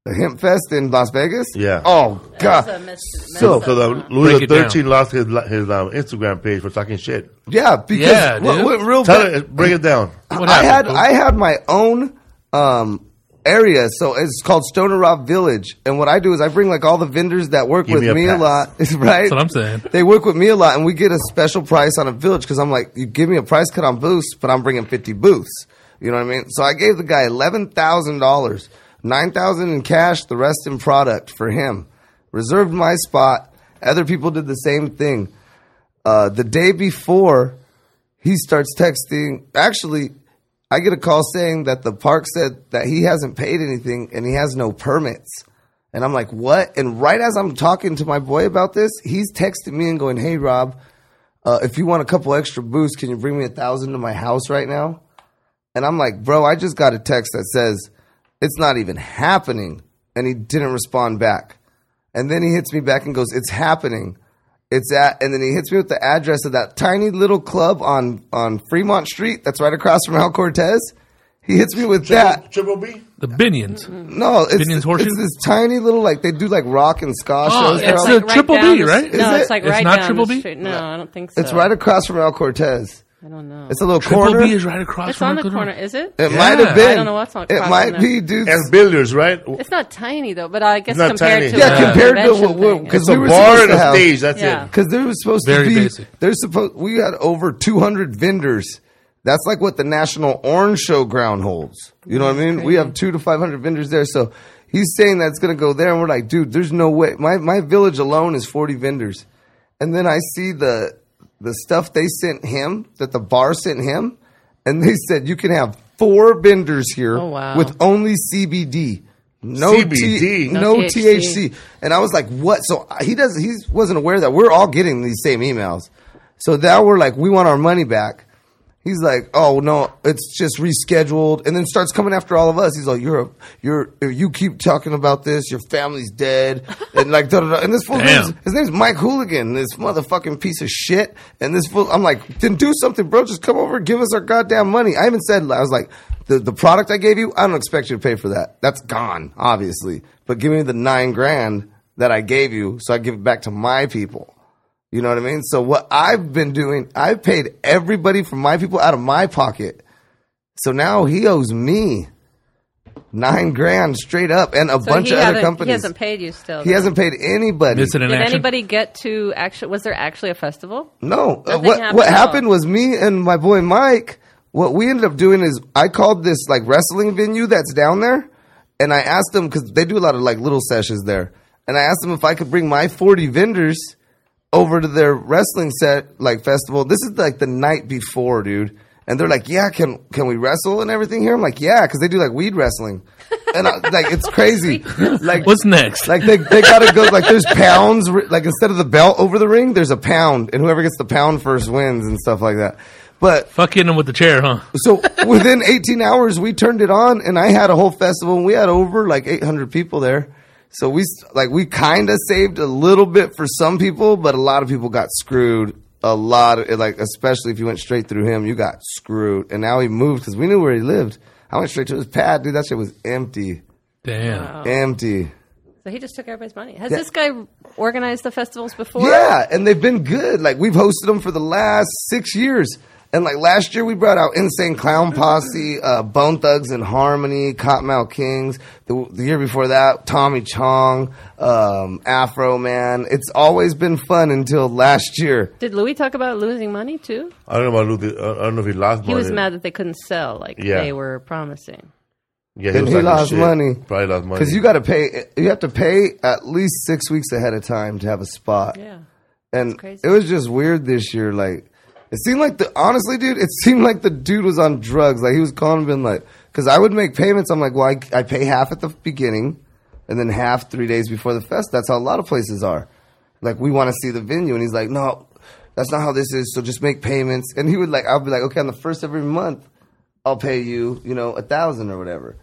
the Hemp Fest in Las Vegas. Yeah. Oh So, God. Miss- So- Miss- So the Break Louis it down. thirteen lost his li- his um, Instagram page for talking shit. Yeah. Because Yeah, what, dude. what real Tell bad- it, break it down. What I happened, had bro? I had my own um, area, so it's called Stoner Rock Village. And what I do is I bring like all the vendors that work Give with me a me a pass. lot, right? That's what I'm saying. They work with me a lot, and we get a special price on a village because I'm like, you give me a price cut on booths, but I'm bringing 50 booths. You know what I mean? So I gave the guy eleven thousand dollars, nine thousand in cash, the rest in product for him. Reserved my spot. Other people did the same thing. Uh, the day before, he starts texting. Actually, I get a call saying that the park said that he hasn't paid anything and he has no permits. And I'm like, what? And right as I'm talking to my boy about this, he's texting me and going, hey, Rob, uh, if you want a couple extra boosts, can you bring me a thousand to my house right now? And I'm like, bro, I just got a text that says, it's not even happening. And he didn't respond back. And then he hits me back and goes, it's happening. It's at, and then he hits me with the address of that tiny little club on, on Fremont Street that's right across from Al Cortez. He hits me with that. Triple B. the Binions. No, it's, Binion's Horseshoe? it's this tiny little like they do like rock and Oh, ska shows. yeah, They're it's all- the like right Triple B, down the right? s- No, Is it's it? like It's right not down Triple the B? street. No, I don't think so. it's right across from El Cortez. I don't know. It's a little Triple corner. B is right across It's from on our the corner. corner, is it? It Yeah. might have been. I don't know what's on- It across might from be, dude. As builders, right? It's not tiny though, but I guess not compared tiny. to Yeah, a compared to convention what- what- thing, 'cause It's a we were bar supposed and to a have- stage. That's Yeah. it. because they were supposed Very to be. basic. They're supposed. We had over 200 vendors. That's like what the National Orange Show ground holds. You know what I mean? We have two to 500 vendors there. So he's saying that's going to go there, and we're like, dude, there's no way. My my village alone is 40 vendors, and then I see the the stuff they sent him that the bar sent him, and they said you can have four vendors here Oh, wow. with only CBD. No CBD. T- No no, THC. THC. And I was like, what? So uh, he doesn't, he wasn't aware that we're all getting these same emails. So now we're like, we want our money back. He's like, oh no, it's just rescheduled, and then starts coming after all of us. He's like, you're a, you're you keep talking about this, your family's dead, and like, da, da, da. and this fool, Damn. his, his name's Mike Hooligan, this motherfucking piece of shit, and this fool. I'm like, then do something, bro. Just come over, and give us our goddamn money. I even said, I was like, the the product I gave you, I don't expect you to pay for that. That's gone, obviously. But give me the nine grand that I gave you, so I give it back to my people. You know what I mean? So what I've been doing, I've paid everybody from my people out of my pocket. So now he owes me nine grand straight up and a so bunch he of other haven't- companies. He hasn't paid you still. He then. hasn't paid anybody. Missing in Did action. anybody get to actually? Was there actually a festival? No. Uh, Nothing what happened what at all. happened was me and my boy Mike, what we ended up doing is I called this like wrestling venue that's down there and I asked them cuz they do a lot of like little sessions there. And I asked them if I could bring my 40 vendors over to their wrestling set like festival. This is like the night before, dude. And they're like, "Yeah, can can we wrestle and everything here?" I'm like, "Yeah," cuz they do like weed wrestling. And I, like it's crazy. like What's next? like they, they gotta go like there's pounds ri- like instead of the belt over the ring there's a pound and whoever gets the pound first wins and stuff like that but Fucking them with the chair, huh? so within 18 hours we turned it on and i had a whole festival and we had over like 800 people there so we s- like we kind of saved a little bit for some people but a lot of people got screwed a lot of, like especially if you went straight through him you got screwed and now he moved because we knew where he lived i went straight to his pad dude that shit was empty Damn. empty So he just took everybody's money. Has this guy organized the festivals before? Yeah, and they've been good. Like we've hosted them for the last six years. And like last year, we brought out Insane Clown Posse, uh, Bone Thugs and Harmony, Cottonmouth Kings. The, the year before that, Tommy Chong, um, Afro Man. It's always been fun until last year. Did Louis talk about losing money too? I don't know about Luther. I don't know if he lost He money. was mad that they couldn't sell like Yeah. they were promising. Yeah, And was he talking lost shit. money. Probably lost money. Because you got to pay, you have to pay at least six weeks ahead of time to have a spot. Yeah. and crazy. it was just weird this year. Like It seemed like the honestly, dude. It seemed like the dude was on drugs. Like he was calling and being like, because I would make payments. I'm like, well, I, I pay half at the beginning, and then half three days before the fest. That's how a lot of places are. Like we want to see the venue, and he's like, no, that's not how this is. So just make payments. And he would like, I'll be like, okay, on the first every month, I'll pay you, you know, a thousand or whatever.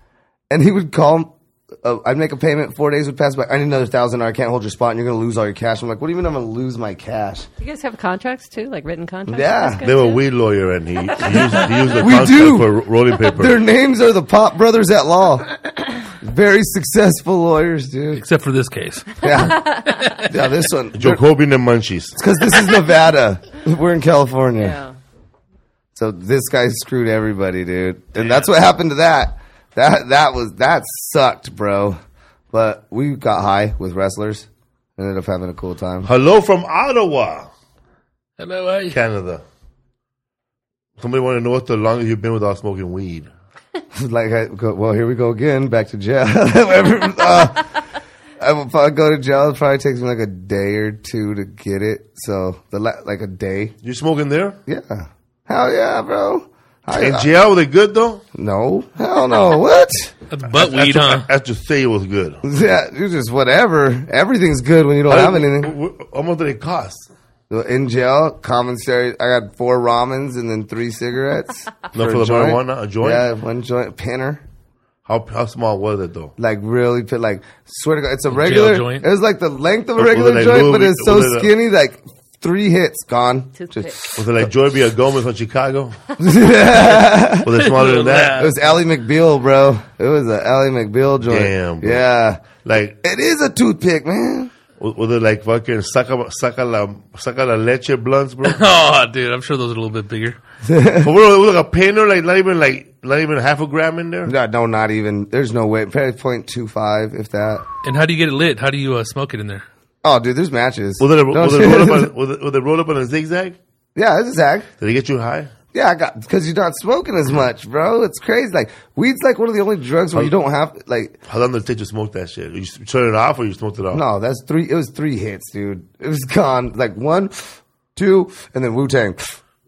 And he would call. Uh, I'd make a payment. Four days would pass by. I need another thousand. I can't hold your spot, and you're gonna lose all your cash. I'm like, what do you mean I'm gonna lose my cash? You guys have contracts too, like written contracts. Yeah. That's good, They were a too. weed lawyer, and he, he used, he used the We contract do. for ro- rolling paper. Their names are the Pop Brothers at Law. Very successful lawyers, dude. Except for this case. Yeah, yeah. This one, because Jacobian and Munchies. this is Nevada. We're in California, Yeah. so this guy screwed everybody, dude. And that's what happened to that. That that was that sucked, bro. But we got high with wrestlers. Ended up having a cool time. Hello from Ottawa, Hello, how you? Canada. Somebody want to know what the longest you've been without smoking weed? like, I go, well, here we go again, back to jail. uh, I will probably go to jail. It probably takes me like a day or two to get it. So the la- like a day, You smoking there? yeah, hell yeah, bro. I, In jail, were they good though? no, hell no. What? That's butt weed, That's huh? what- That's just say it was good. Yeah, you just whatever. Everything's good when you don't have anything. Wh- wh- How much did it cost? In jail, commissary. I got four ramens and then three cigarettes. No, a for the joint. marijuana, a joint? Yeah, one joint pinner. How how small was it though? like really put like swear to God, it's a regular. joint? It was like the length of a Was it regular like joint, Louis- but it's so was it a- skinny, like three hits gone. Toothpick. Just- Was it like Joy Villa Gomez from Chicago? it Was it smaller than that? was Ally McBeal, bro. It was a Ally McBeal joint. Damn, bro. Yeah, Like it is a toothpick, man. was was it like fucking saca saca la saca la leche blunts, bro? Oh, dude, I'm sure those are a little bit bigger. But what, it was like a painter, like not even like not even half a gram in there. No, no, not even. There's no way. Probably point two five, if that. And how do you get it lit? How do you uh, smoke it in there? Oh, dude, there's matches. Was it, a, Don't was, you- it rolled up on, was, it, was it rolled up on a zigzag? yeah, it's a zag. Did it get you high? Yeah, I got because you're not smoking as much, bro. It's crazy. Like weed's like one of the only drugs where you don't have like How long did it take you to smoke that shit? You s- turn it off or you smoked it off? No, that's three. It was three hits, dude. It was gone. Like one, two, and then Wu Tang.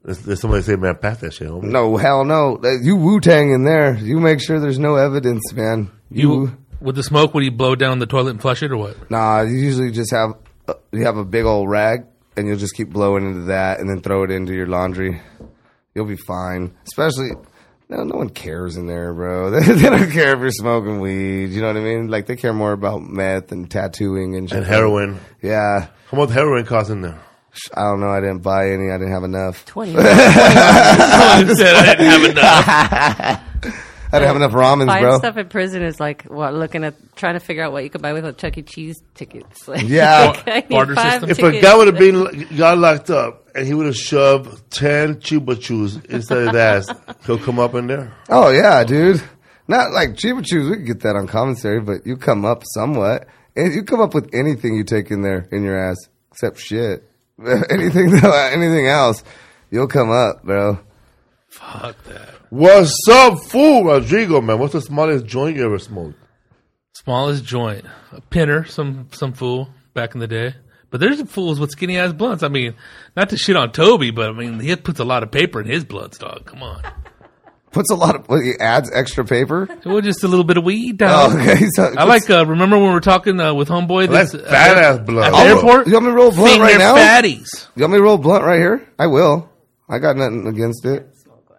There's, there's somebody say, man, pass that shit. Homie. No, hell no. Like, You Wu Tang in there. You make sure there's no evidence, man. You, You with the smoke? Would you blow it down the toilet and flush it, or what? nah. You usually just have uh, you have a big old rag, and you'll just keep blowing into that, and then throw it into your laundry. You'll be fine. Especially. No, no one cares in there, bro. They, don't care if you're smoking weed. You know what I mean? Like they care more about meth and tattooing and shit. And heroin. Yeah. How much heroin costs in there? I don't know. I didn't buy any. I didn't have enough. Twenty. I said I didn't have enough. I didn't have enough ramens, Buying bro. stuff in prison is like what, looking at trying to figure out what you could buy with a Chuck E. Cheese tickets. Like, Yeah. I need Barter five system. If a tickets. guy would have been lo- got locked up and he would have shoved 10 Chupa Chews instead of that, he'll come up in there. Oh yeah, dude. Not like Chiba Chews. We could get that on commissary, but you come up somewhat. And you come up with anything you take in there in your ass, except shit. anything, anything else, you'll come up, bro. Fuck that. What's up, fool? Rodrigo, man. What's the smallest joint you ever smoked? Smallest joint, a pinner, some some fool back in the day. But there's fools with skinny ass blunts. I mean, not to shit on Toby, but I mean he puts a lot of paper in his blunts, dog. Come on, Puts a lot of what, he adds extra paper. it was just a little bit of weed, dog. Oh, okay. So I like. Uh, remember when we were talking uh, with homeboy? That's this- badass blood. At the airport. You want me to roll a blunt Finger right now? fatties. You want me to roll blunt right here? I will. I got nothing against it.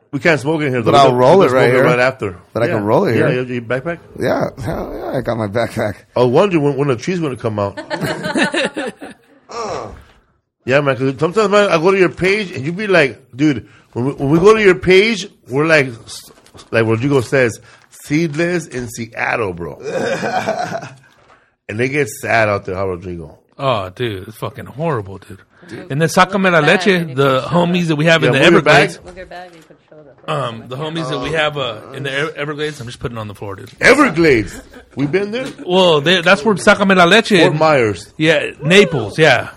We can't smoke in here. though. But I'll We can- roll we it can right smoke here. right after. But I can roll it yeah, here. Yeah, your backpack? Yeah, hell yeah. I got my backpack. I was wondering when, when the tree's going to come out. yeah, man. 'cause sometimes man, I go to your page and you be like, dude, when we, when we go to your page, we're like, s- like Rodrigo says, seedless in Seattle, bro. and they get sad out there, how Rodrigo. Oh, dude, it's fucking horrible, dude. And then Sacame la Leche, the homies that we have in Yeah, the move your Everglades, bag. Look at your bag, you could show them. um, the homies that we have uh, in the Ever- Everglades, I'm just putting it on the floor, dude. Everglades. We been there? Well, they, that's where Sacame la Leche, Fort Myers. yeah, Naples, yeah.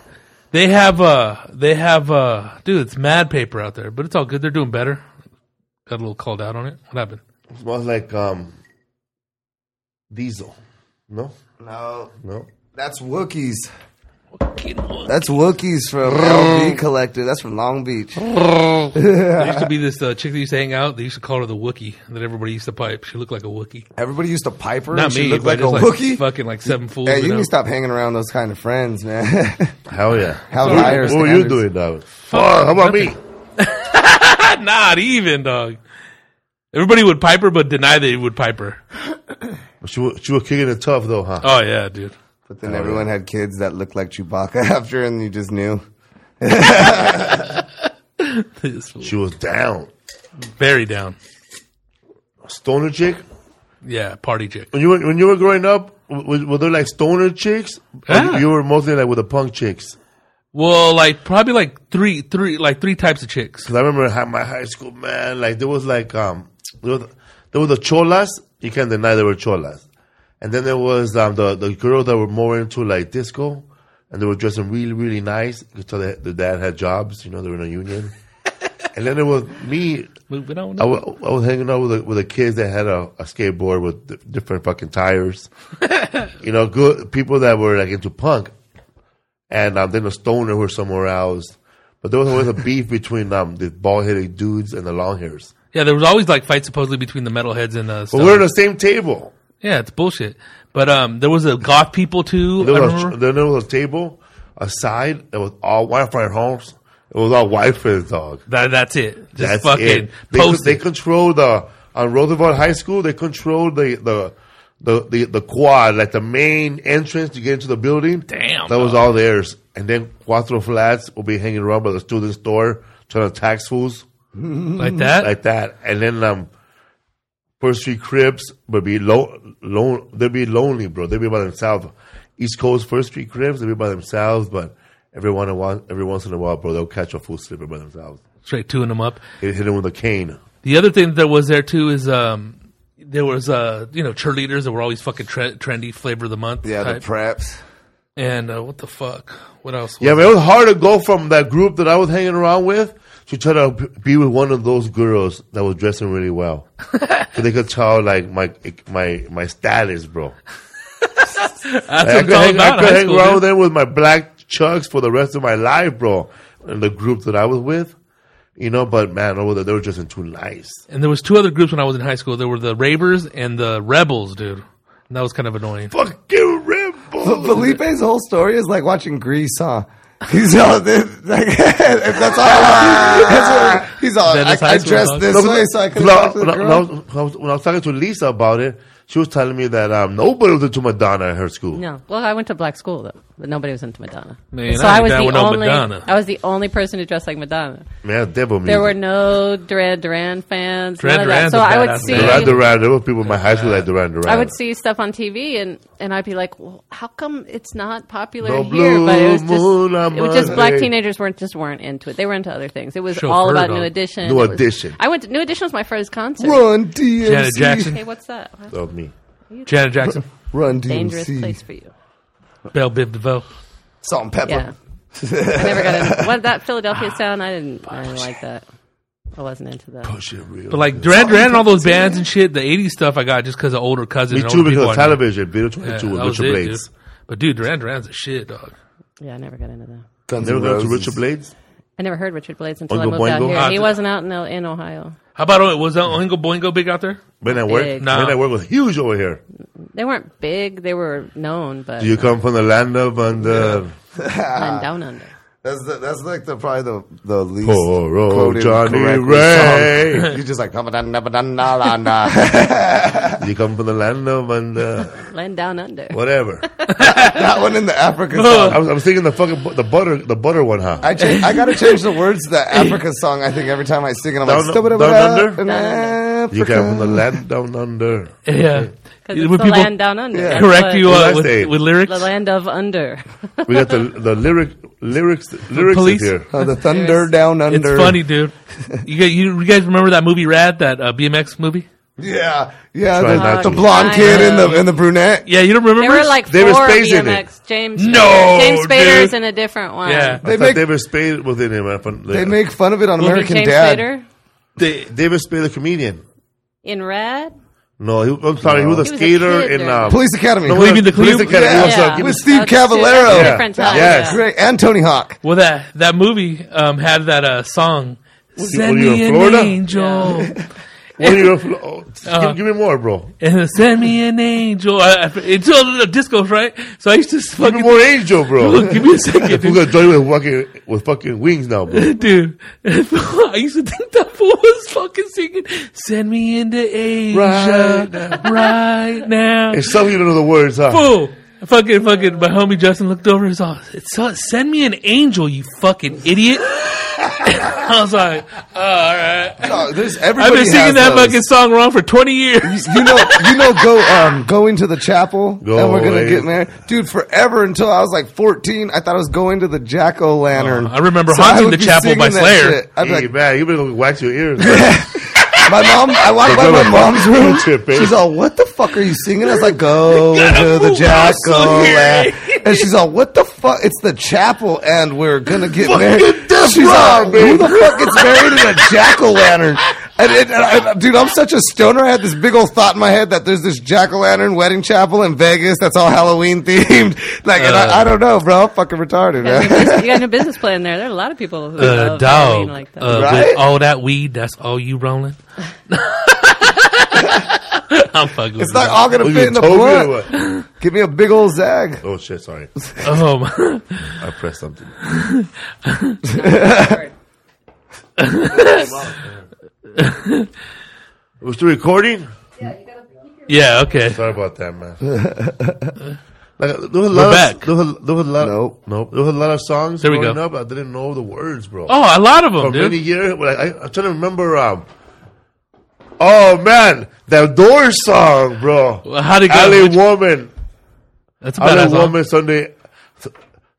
They have, uh, they have, uh, dude, it's mad paper out there, but it's all good. They're doing better. Got a little called out on it. What happened? Smells like um, diesel. No? No, No? that's Wookiees. That's Wookiees from LB Collective. That's from Long Beach. There used to be this uh, chick that used to hang out. They used to call her the Wookie, and then everybody used to pipe. She looked like a Wookie. Everybody used to pipe her. Not and she me, looked but like just a like Wookiee. fucking like seven fools. Hey, you you need know? to stop hanging around those kind of friends, man. Hell yeah. How What- higher What were you standards. doing, David? Fuck, how about me? Not even dog. Everybody would pipe her, but deny they would pipe her. She was, she was kicking it tough, though, huh? Oh yeah, dude. but then everyone had kids that looked like Chewbacca after, and you just knew. This fool. She was down. Very down. Stoner chick? Yeah, party chick. When you were, when you were growing up, w- were there like stoner chicks? Or Yeah. You were mostly like with the punk chicks. Well, like probably like three, three, like three types of chicks. Cause I remember hi- my high school man, like there was like um there was, there were the cholas. You can't deny there were cholas, and then there was um the the girls that were more into like disco, and they were dressing really really nice. You could tell that the dad had jobs. You know they were in a union, and then there was me. Moving on. I wa- I was hanging out with the, with the kids that had a, a skateboard with di- different fucking tires. you know, good people that were like into punk, and um, then the stoner who were somewhere else. But there was always a beef between um, the bald headed dudes and the long hairs. Yeah, there was always like fights supposedly between the metalheads and uh, But stuff. we were at the same table. yeah, it's bullshit. But um, there was a goth people too. There I was, a, remember. then there was a table, a side that was all white fried homes. It was all white for the dog. That, that's it. Just That's fucking it. They, post they it. control the on Roosevelt High School. They control the the. The, the, the quad, like the main entrance to get into the building. Damn, That was dog. all theirs. And then Cuatro Flats will be hanging around by the student store trying to tax fools like that. like that. And then um, First Street Crips would be lo- lone. They'd be lonely, bro. They'd be by themselves. East Coast First Street Crips, they'd be by themselves. But every one in a while, every once in a while, bro, they'll catch a fool sleeping by themselves. Straight tuning them up. They hit him with a cane. The other thing that was there too is um, there was uh, you know, cheerleaders that were always fucking tre- trendy, flavor of the month. Yeah, the type. preps. and uh, what the fuck? What else? Was Yeah, but it was hard to go from that group that I was hanging around with to try to b- be with one of those girls that was dressing really well. so they could tell like my my my status, bro. That's I what could I'm talking hang, I about. in could high hang school, around dude. with them with my black chucks for the rest of my life, bro. And the group that I was with, you know. But man, over there they were dressing too nice. And there was two other groups when I was in high school. There were the Ravers and the Rebels, dude. And that was kind of annoying. Fucking rebel. But Felipe's whole story is like watching Grease, huh? He's all this, like, if that's all. that's what, he's all. That I, is high I school, dressed dog. this No, way so I could no, talk to the no, girl. no, when I was- when I was talking to Lisa about it, she was telling me that um, nobody was into Madonna at her school. No. Well, I went to black school though, but nobody was into Madonna. Man, so I I, ain't was down the with no only. Madonna. I was the only person who dressed like Madonna. Man, devil music. There were no Duran Duran fans. Duran none of that. Duran's So a I would badass see. band. Duran Duran. There were people in my high school like Duran Duran. I would see stuff on TV and, and I'd be like, well, how come it's not popular No here? But it was just, blue moon on it was just black Monday. teenagers weren't just weren't into it. They were into other things. It was Sure, all heard about of New Edition. New It was- Edition. I went. To, New Edition was my first concert. Run DMC. Janet Jackson. Hey, what's that? of me. Janet Jackson. Run DMC. Dangerous place for you. Belle Biv DeVoe. Salt and pepper. Yeah. I never got into what that Philadelphia sound. I didn't. I didn't like that. I wasn't into that. But like Duran Duran and all those bands and shit, the 80s stuff I got just because of older cousins. Me and too, older people because I knew. television, Video 22 Yeah, with that was Richard it, Blades. dude. But dude, Duran Duran's a shit, dog. Yeah, I never got into that. Guns Never N' got to Roses. Richard Blades? I never heard Richard Blades until I Oingo moved out Boingo? here. Ah, he d- wasn't out in, in Ohio. How about oh, was that Oingo Boingo big out there? Men at work? Big. No. Nah. Men at work was huge over here. They weren't big. They were known, but Do you come from the land of uh, under and down under. That's the, that's like the probably the the least Poor old quoted Johnny correct Ray. song. You're just like that Do you come from the land of under Land down under. whatever? one in the Africa song. I was, I was thinking the fucking bu- the butter the butter one, huh? I change, I gotta change the words to the Africa song. I think every time I sing it, I'm Down- like stubba down under? under. you come from the land down under. Yeah. Because it's When the people land down under. That's correct what- you uh, Last day. with, with lyrics? The land of under. We got the the lyric lyrics lyrics police? here. Oh, the thunder down It's under. funny, dude. You guys, you, you guys remember that movie Rad, that uh, BMX movie? Yeah, yeah. Try not The, the to. blonde I kid and know. the and the brunette. Yeah, you don't remember? There were like There was four space in BMX. James No, Spader- James dude. Spader's in a different one. Yeah. They They make, make- David Spade was in him. I found- They make fun of it on Was it American James Dad. Spader David Spade, the comedian. in red. No, he, I'm sorry. He was He a was a skater kid in during- um, Police Academy. no, Leaving the Police Cube? Academy. Yeah. He was, uh, With Steve That's two- that's Cavallero. a Yeah. Different time. Yes. yeah. Great. And Tony Hawk. Well, that that movie um, had that uh, song. Send were you me in an Florida? angel, What are you, oh, Uh-huh. give, give me more, bro. and send me an angel. I, I, until the discos, right? So I used to Give me fucking more angel, bro. Look, give me a second, We're gonna dude. join with fucking with fucking wings now, bro. dude. I used to think that fool was fucking singing. Send me into Asia Right right now. Right now. It's something you don't know the words, huh? Fool. Fucking, fucking, my homie Justin looked over and saw, it's, send me an angel, you fucking idiot. I was like, oh, all right. Oh, there's I've everybody been singing has that those. fucking song wrong for 20 years. you know, you know, go um, going to the chapel, Go and we're gonna away. get married, dude. Forever until I was like fourteen, I thought I was going to the jack o' lantern. Oh, I remember Haunting the Chapel by Slayer. I'd be Hey, like, man, you better go wax your ears. man. my mom, I walked by Go my to mom's fucking room. trip, eh? She's all, "What the fuck are you singing?" I was like, "Go to the move jack us o' here." lantern," and she's all, "What the fuck? It's the chapel, and we're gonna get married." that's She's wrong, all, man. "Who the fuck gets married in a jack o' lantern?" And, and, and, and- dude, I'm such a stoner. I had this big old thought in my head that there's this jack o' lantern wedding chapel in Vegas that's all Halloween themed. Like, and Uh. I, I don't know, bro. I'm fucking retarded, You got a new man. business- you got a new business plan there. There are a lot of people who Uh, love dog. Halloween like Oh, that. uh, Right? With all that weed, that's all you rolling? I'm fucking with It's not you. all gonna What, fit you in the told me or blunt. what? Give me a big old zag. Oh shit, sorry. Oh, my. I pressed something. We're still recording? Yeah, okay. Sorry about that, man. Like, there was a lot We're of, back. There was, there was a lot. Nope. nope. There was a lot of songs There we growing go. up. I didn't know the words, bro. Oh, a lot of them, for dude. many years. Like, I, I'm trying to remember. Um, oh man, that door song, bro. Well, how'd it go? Alley Which- woman, That's a alley badass song. woman. Sunday, S-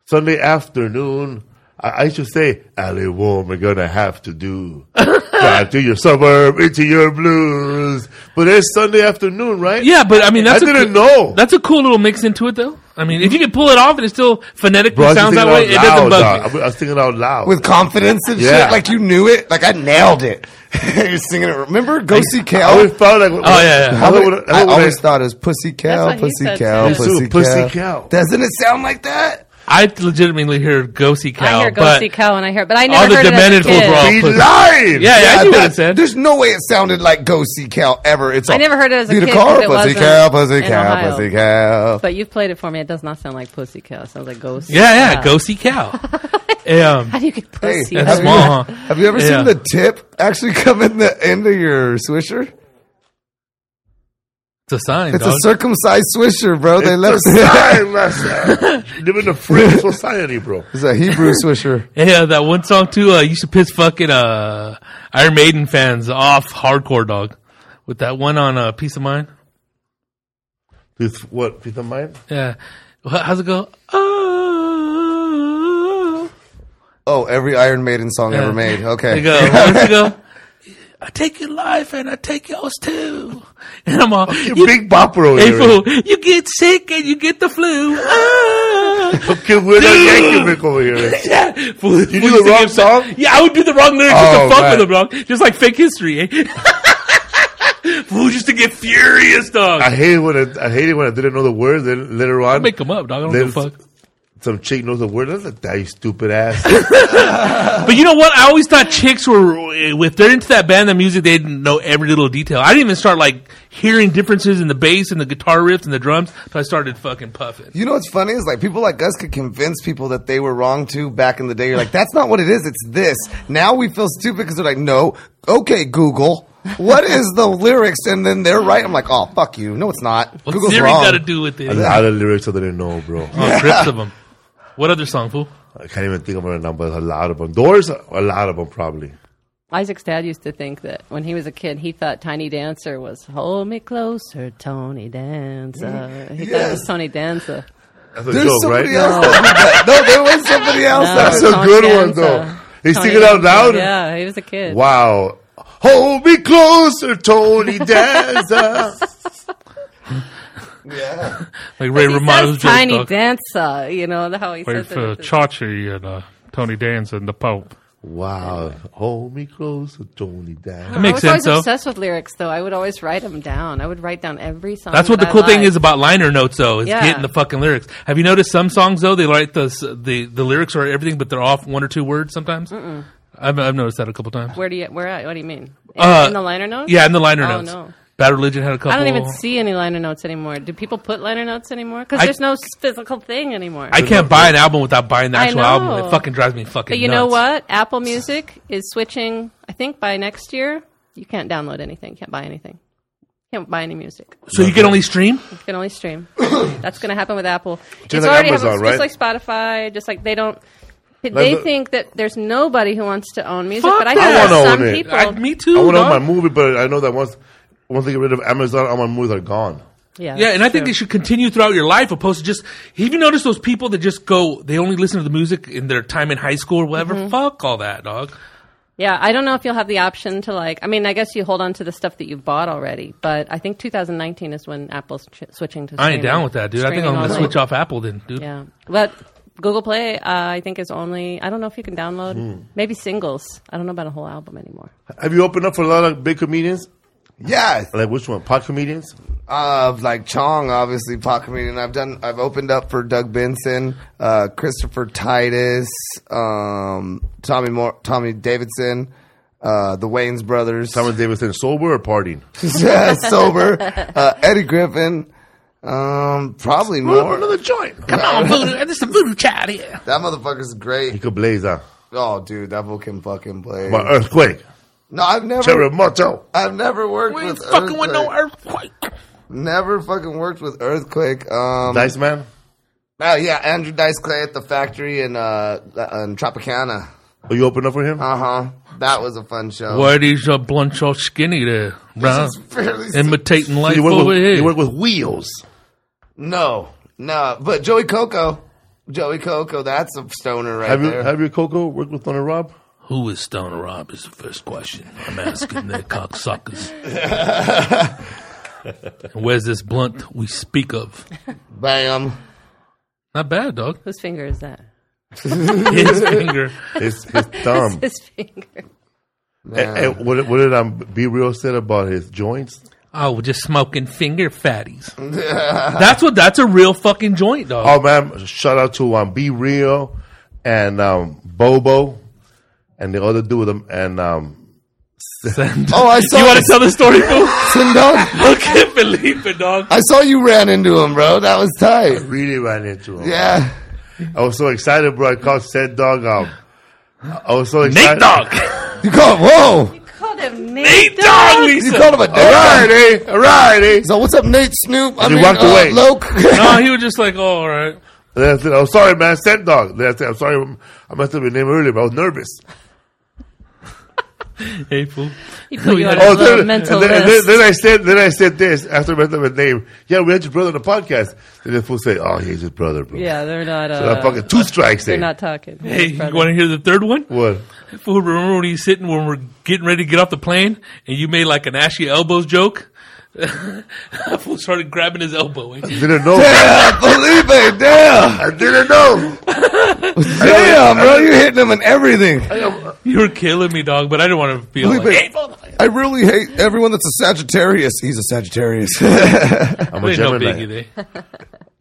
Sunday afternoon. I, I should say, alley woman, gonna have to do. Drive to your suburb, into your blues. But it's Sunday afternoon, right? Yeah, but I mean, that's I a didn't coo- know. That's a cool little mix into it, though. I mean, if you can pull it off and it still phonetically Bro, I was sounds thinking that way, it out loud, doesn't bug dog. me. I was thinking out loud. With confidence and Yeah. shit. Like, you knew it. Like, I nailed it. You're singing it. Remember Go See I Cal? always felt like. Oh, yeah, yeah. I, I, would- I always thought it was Pussy Cow, That's what he Pussy said, Cow, too. Pussy Pussy Cow. Cow. Doesn't it sound like that? I legitimately hear "Go See Cow," I hear but Ghosty Cow and I hear, but I never all the heard it as a demented fools kid. were all Be pussy. lying. Yeah, yeah, I knew what it that- said. There's no way it sounded like Go See Cow ever. It's I all, never heard it as a Need kid car, 'cause it Pussy wasn't Cow, Pussy in Cow, Ohio. Pussy Cow. But you've played it for me. It does not sound like Pussy Cow. It sounds like Ghost. Yeah, yeah, "Go See Cow." um, How do you get Hey, Pussy? That's have, small, you, huh? have you ever Yeah. seen the tip actually come in the end of your swisher? it's a sign. It's dog. a circumcised swisher, bro. They It's left a sign, master. You live in a free society, bro. It's a Hebrew swisher. yeah, that one song too. Uh, used to piss fucking uh, Iron Maiden fans off hardcore, dog. With that one on uh, "Peace of Mind." With what? Peace of mind? Yeah, Wh- how's it go? Oh. Oh, every Iron Maiden song Yeah. ever made. Okay. They go, why don't you go? I take your life and I take yours too. And I'm all, you, Big bopper over hey, there. fool, you get sick and you get the flu. Ah. Fucking we're not Yankovic over here. Yeah, fool, you do the wrong song? Yeah, I would do the wrong lyrics Oh, just to fuck man. with them, dog. Just like fake history, eh? fool, just to get furious, dog. I I hate when I, I hated when I didn't know the words. Then later on, make them up, dog. I don't then give a fuck. some chick knows the word. That's like that, you stupid ass. But you know what? I always thought chicks were eh, if they're into that band of music, they didn't know every little detail. I didn't even start like hearing differences in the bass and the guitar riffs and the drums until I started fucking puffing. You know what's funny is like people like us could convince people that they were wrong too back in the day. You're like, that's not what it is. It's this. Now we feel stupid because they're like, no, okay, Google, what is the lyrics? And then they're right. I'm like, oh fuck you. No, it's not. What's Google's Siri wrong. got to do with a it? lot of lyrics I didn't know, bro. Oh, strips of them. What other song, fool? I can't even think of it right now, but a lot of them. Doors, a lot of them, probably. Isaac's dad used to think that when he was a kid, he thought Tiny Dancer was "Hold Me Closer, Tony Dancer." He thought it was Tony Dancer. That's a There's joke, somebody right? else. That did that. No, there was somebody else. No, that That's it was a Uh, Tony good one, Danza. though. He Tony sing it out Danza. loud? Yeah, he was a kid. Wow. Hold me closer, Tony Danza. Like Ray He Romano's says Tiny joke. dog. Dancer, you know how he Wait says for it. Chachi and uh, Tony Danza and the Pope. Wow, hold me closer, Tony. Down. makes I sense, was though. always obsessed with lyrics, though. I would always write them down. I would write down every song. That's what the that cool I thing liked. is about liner notes, though, is Yeah. getting the fucking lyrics. Have you noticed some songs though? They write the s- the the lyrics are everything, but they're off one or two words sometimes. I've, I've noticed that a couple times. Where do you? Where? at? What do you mean? In, Uh, in the liner notes? Yeah, in the liner Oh, notes. no. Bad Religion had a couple. I don't even see any liner notes anymore. Do people put liner notes anymore? Because I- there's no s- physical thing anymore. I can't buy an album without buying the I actual album. know. It fucking drives me fucking. but you nuts. know what? Apple Music is switching. I think by next year, you can't download anything. Can't buy anything. Can't buy any music. So you can only stream. You can only stream. That's going to happen with Apple. it's like already Amazon, happened, right? just like Spotify. Just like they don't. They the- think that there's nobody who wants to own music, Fuck but I that. think there's I wanna some own it. people. I, me too. I want to dog. own my movie, but I know that once once they get rid of Amazon, all my movies are gone. yeah, Yeah, that's and I think true. it should continue throughout your life, opposed to just. Have you noticed those people that just go? They only listen to the music in their time in high school or whatever. Mm-hmm. Fuck all that, dog. Yeah, I don't know if you'll have the option to like. I mean, I guess you hold on to the stuff that you've bought already, but I think 2019 is when Apple's ch- switching to. I ain't streaming- down with that, dude. I think streaming I'm gonna only. switch off Apple then, dude. Yeah, but Google Play, uh, I think, is only. I don't know if you can download Hmm. maybe singles. I don't know about a whole album anymore. Have you opened up for a lot of big comedians? Yeah, Like which one? Pop comedians? uh, like Chong, obviously pop comedian. I've done, I've opened up for Doug Benson, uh, Christopher Titus, um, Tommy Mor- Tommy Davidson, uh, the Wayne's brothers, Thomas Davidson, sober or partying? sober, uh, Eddie Griffin, um, probably Roll more. up another joint. Come on. Oh, voodoo, there's some voodoo child here. That motherfucker's He great. could blaze out. Oh, dude, that fool can fucking play. But uh, earthquake, No, I've never, terremoto. I've never worked We with ain't fucking with no Earthquake. earthquake. Never fucking worked with Earthquake. Um, Dice man. Oh yeah, Andrew Dice Clay at the factory in uh in Tropicana. Are you open up for him? Uh huh. That was a fun show. Why these uh, blunt so skinny there, bro? This is fairly Imitating life you, work over with, you here. work with wheels. No, no. But Joey Coco, Joey Coco, that's a stoner right Have you there. have your Coco work with Thunder Rob? Who is Stoner Rob? Is the first question I'm asking their cocksuckers. And Where's this blunt we speak of? Bam. Not bad, dog. Whose finger is that? His finger. His his thumb. His finger. And- and what, did- what did um, Be Real said about his joints? Oh, we're just smoking finger fatties. that's what. That's a real fucking joint, dog. Oh man, shout out to um, Be Real and um, Bobo and the other dude with them and um, Oh, I saw you want this- to tell the story, fool? Listen, dog. I can't believe it, dog. I saw you ran into him, bro. That was tight. really ran into him. Yeah. I was so excited, bro. I called said dog um I was so excited. Nate Dog. You called. Whoa. Called him Nate Dog, You Lisa. called him a All dog. right, eh? All right, eh? So what's up, Nate Snoop? I And he walked uh, away. Loke. no, he was just like, oh, all right. Then I said, "I'm sorry, man. Said dog." Then I said, "I'm sorry. I messed up your name earlier, but I was nervous." Hey, fool. He put you on Oh, his little then, mental and then, and list. then, then I said, then I said this after I messed up his name. Yeah, we had your brother on the podcast. Then the fool said, "Oh, he's his brother, bro." yeah, they're not. Uh, So I fucking two strikes. they're eh? not talking. Hey, you want to hear the third one? What? Fool, remember when he's sitting when we're getting ready to get off the plane and you made like an ashy elbows joke? fool started grabbing his elbow. eh? Didn't know. Yeah, Felipe, damn. I didn't know. Damn, bro, you're hitting him in everything. You were killing me, dog, but I didn't want to feel like, Felipe, hey, fool. I really hate everyone that's a Sagittarius. He's a Sagittarius. I'm I a didn't know Gemini. Biggie there.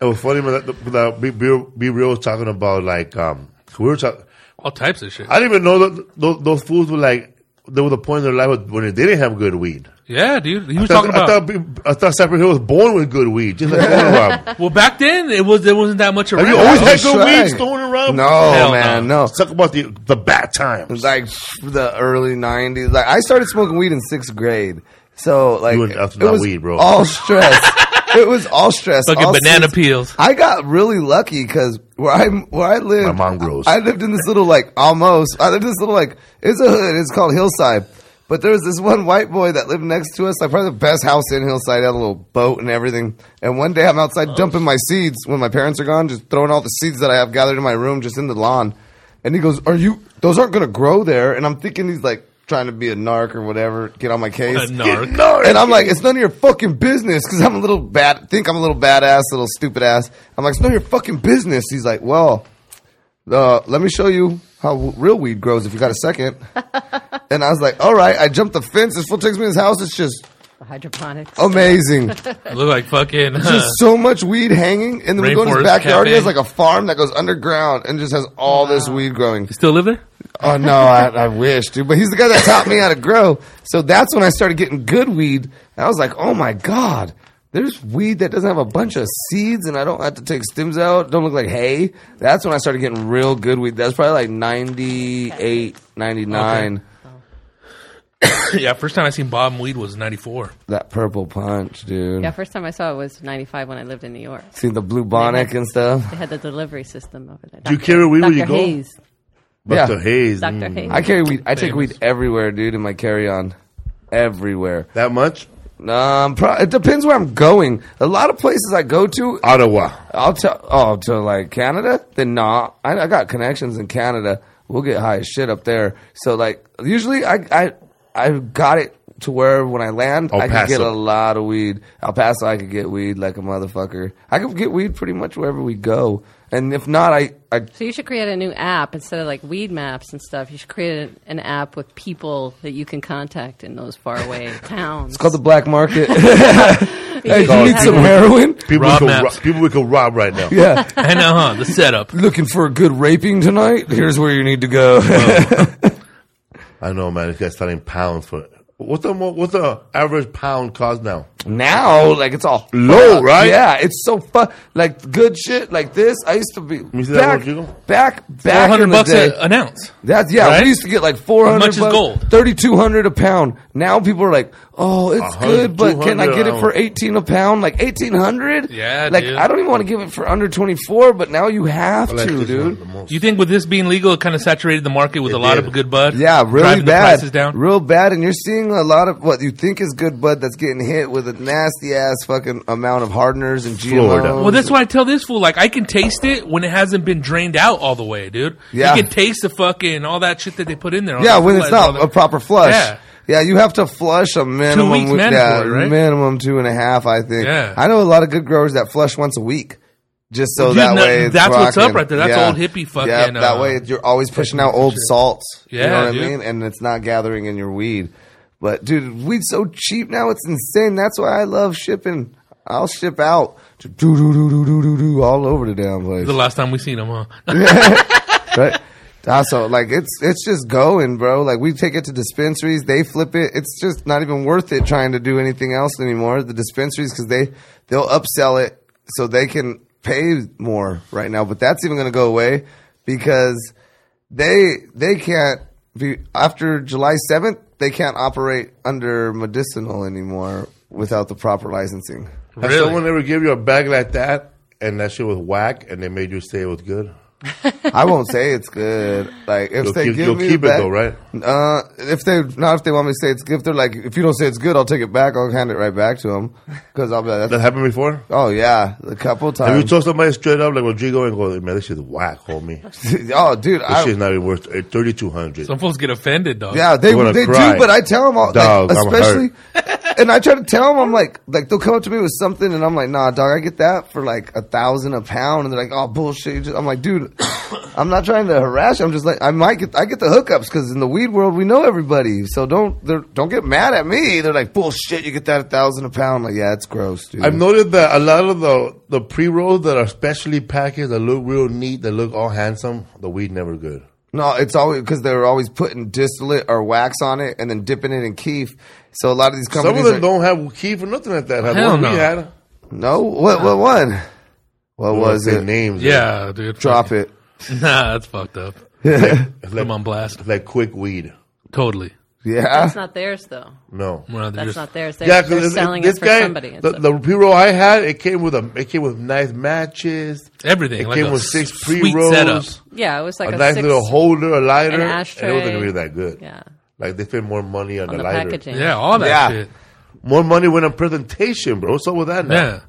It was funny when that, when that be, be, be real was talking about like um we were talking. All types of shit. I didn't even know that those, those fools were like there was a point in their life when they didn't have good weed. Yeah, dude. He was I thought- talking about. I thought, be- I thought Cypress Hill was born with good weed, just like Stone Rob. well, back then, it was, there wasn't that much around. Have you always had Oh, good shag. weed, Stone Rob? no, Hell man, no. Talk about the the bad times. Like the early '90s. Like I started smoking weed in sixth grade. So like You and- that's it not was weed, bro. all stress. it was all stress. Fucking all banana sixth- peels. I got really lucky because where I where I lived, My mom grows. I lived in this little like almost. I lived in this little like it's a hood. It's called Hillside. But there was this one white boy that lived next to us, like probably the best house in Hillside. Had a little boat and everything. And one day I'm outside Oh, dumping my seeds when my parents are gone, just throwing all the seeds that I have gathered in my room just in the lawn. And he goes, "Are you? Those aren't going to grow there." And I'm thinking he's like trying to be a narc or whatever, get on my case. A narc. And I'm like, it's none of your fucking business because I'm a little bad. Think I'm a little badass, little stupid ass. I'm like, it's none of your fucking business. He's like, well, uh, let me show you how w- real weed grows if you got a second. and I was like, all right. I jumped the fence. This fool takes me to his house. It's just Hydroponics. Oh, amazing. I look like fucking. uh, just so much weed hanging. And then we go in his Rainforest backyard. He has Cafe. like a farm that goes underground and just has all this weed growing. Still live there? Oh no, I, I wish, dude. But he's the guy that taught me how to grow. So that's when I started getting good weed. And I was like, oh my god, there's weed that doesn't have a bunch of seeds, and I don't have to take stems out. Don't look like hay. That's when I started getting real good weed. That's probably like 98, 99. yeah, first time I seen Bob Weed was '94. That purple punch, dude. Yeah, first time I saw it was 95 when I lived in New York. See the blue bonnet and They stuff. had the delivery system over there. Do you carry weed Dr. where you go? Hayes. Yeah. Dr. Hayes. Dr. mm. Hayes. I carry weed. I take weed everywhere, dude. In my carry on, everywhere. That much? Um, pro- it depends where I'm going. A lot of places I go to, Ottawa. I'll tell. Oh, to like Canada? Then nah. I, I got connections in Canada. We'll get high as shit up there. So like, usually I I I got it to where when I land, El I can get Paso. a lot of weed. El Paso, I could get weed like a motherfucker. I could get weed pretty much wherever we go. And if not, I I So you should create a new app instead of like weed maps and stuff. You should create an, an app with people that you can contact in those faraway towns. called the black market. hey, should you need have some it. heroin? People Rob we, could maps. ro- people we could rob right now. Yeah. I know, huh? The setup. Looking for a good raping tonight? Here's where you need to go. I know, man. This guy's selling pounds for it. What's the mo- what's the average pound cost now? now, like it's all Low, fucked. right? Yeah, it's so fun. Like good shit, like this. I used to be me see that back, one, Jiggle. back, back. 400 in the bucks day. a, an ounce. That's yeah. Right? We used to get like four hundred. How much is gold? Thirty-two hundred a pound. Now people are like, "Oh, it's hundred, good, but can I 200 get an it for ounce. eighteen a pound? Like eighteen hundred? Yeah, Like dude. I don't even want to give it for under twenty-four, but now you have Like to, this one, dude. the most. You think with this being legal, it kind of saturated the market with It a lot did. of good bud? Yeah, really driving The prices bad. down. Real bad. And you're seeing a lot of what you think is good bud that's getting hit with a nasty ass fucking amount of hardeners and GMOs. Florida. well, that's why I tell this fool like I can taste it when it hasn't been drained out all the way, dude. Yeah. you can taste the fucking all that shit that they put in there. all Yeah, that when it's fertilizer, all not that- a proper flush. Yeah. Yeah. you have to flush a minimum. weeks with- yeah, mandatory, right? minimum two and a half. I think. Yeah. I know a lot of good growers that flush once a week, just so Dude, that no- way. It's that's what's up rocking. right there. That's old hippie fucking, Yeah, that uh, way you're always pushing out old salts. you Yeah, know what dude. I mean, and it's not gathering in your weed. But dude, weed's so cheap now; it's insane. That's why I love shipping. I'll ship out to do do do do do do do all over the damn place. the last time we seen him, huh? right? Also, like it's it's just going, bro. Like we take it to dispensaries, they flip it. It's just not even worth it trying to do anything else anymore. The dispensaries because they they'll upsell it so they can pay more right now. But that's even going to go away because they they can't be after July seventh. They can't operate under medicinal anymore without the proper licensing. Has Really? someone ever give you a bag like that and that shit was whack and they made you say it was good? I won't say it's good. Like if You'll they keep- give you'll me keep it back- though, right? Uh, if they not if they want me to say it's good, if they're like, if you don't say it's good, I'll take it back. I'll hand it right back to them because I'll be like, That That's, happened before? oh yeah, a couple Have you times. told somebody straight up like Rodrigo and go, man, this shit's whack, homie. This oh dude, I, shit's not even worth thirty two hundred. Some fools get offended, dog. yeah, they You wanna they cry. do, but I tell them all, Dog, like, I'm especially. and I try to tell them, I'm like, like they'll come up to me with something, and I'm like, nah, dog, I get that for like a thousand a pound, and they're like, oh bullshit. you just- I'm like, dude, I'm not trying to harass you. I'm just like, I might get, I get the hookups because in the weed world we know everybody, so don't they're- don't get mad at me. They're like, bullshit, you get that a thousand a pound. I'm like, yeah, it's gross, dude. I've noted that a lot of the, the pre rolls that are specially packaged that look real neat, that look all handsome, the weed never good. No, it's always because they're always putting distillate or wax on it and then dipping it in keef. So a lot of these Some companies of them are- don't have key for nothing like that. Have Hell what no. we had. No, what what one? What was Say it? Names. yeah, dude. Drop it. Nah, that's fucked up. It's Put like, them on blast. it's like quick weed. Totally. Yeah, That's not theirs though. No. Well, they're That's just- not theirs. They're, Yeah, they're because selling this it for guy, somebody. the, It's a- the pre-roll I had, it came with a, it came with nice matches. Everything. It like came a with six sweet setup. pre-rolls, yeah, it was a, like a, nice six, little holder, a lighter, an and it ashtray. wasn't really that good. Yeah, Like they spent more money on, on the, the lighter, packaging. Yeah, all that Yeah. shit. more money went on presentation, bro. What's up with that now? Yeah.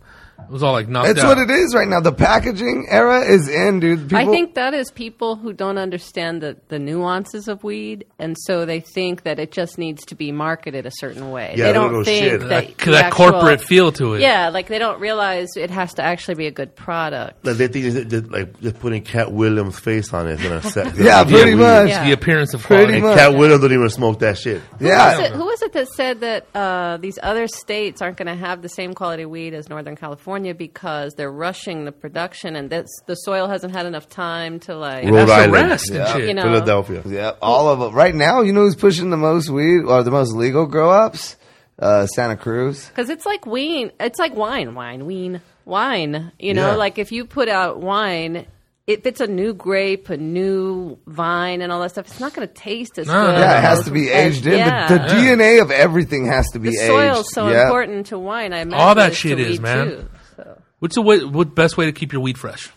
It was all like knocked That's out. what it is right now. The packaging era is in, dude. People, I think that is people who don't understand the, the nuances of weed, and so they think that it just needs is to be marketed a certain way. Yeah, they they don't don't know think shit. that, That, the that actual- corporate feel to it. Yeah, like they don't realize it has to actually be a good product. Like they think that, that, like just putting Cat Williams' face on it is gonna set. Yeah, gonna be pretty weird. much. Yeah. The appearance of Pretty quality. And much. Cat Williams don't even smoke that shit. Who was Yeah. it- who was it that said that uh, these other states aren't going to have the same quality weed as Northern California because they're rushing the production and that's, the soil hasn't had enough time to like. Rhode That's the Island. rest and Yeah. shit. You know. Philadelphia. Yeah, all of them. Right now, you know who's pushing the most weed or the most legal grow ups? Uh, Santa Cruz. Because it's like ween, it's like wine, wine, ween, wine. You know, Yeah. like if you put out wine, if it's a new grape, a new vine, and all that stuff, it's not going to taste as No, good. no, Yeah, it no. has to be as- aged in. yeah. The, the DNA of everything has to be The aged. soil's so Yeah. important to wine. I imagine All that it shit to is, weed, man. Too, so. What's the way, what best way to keep your weed fresh?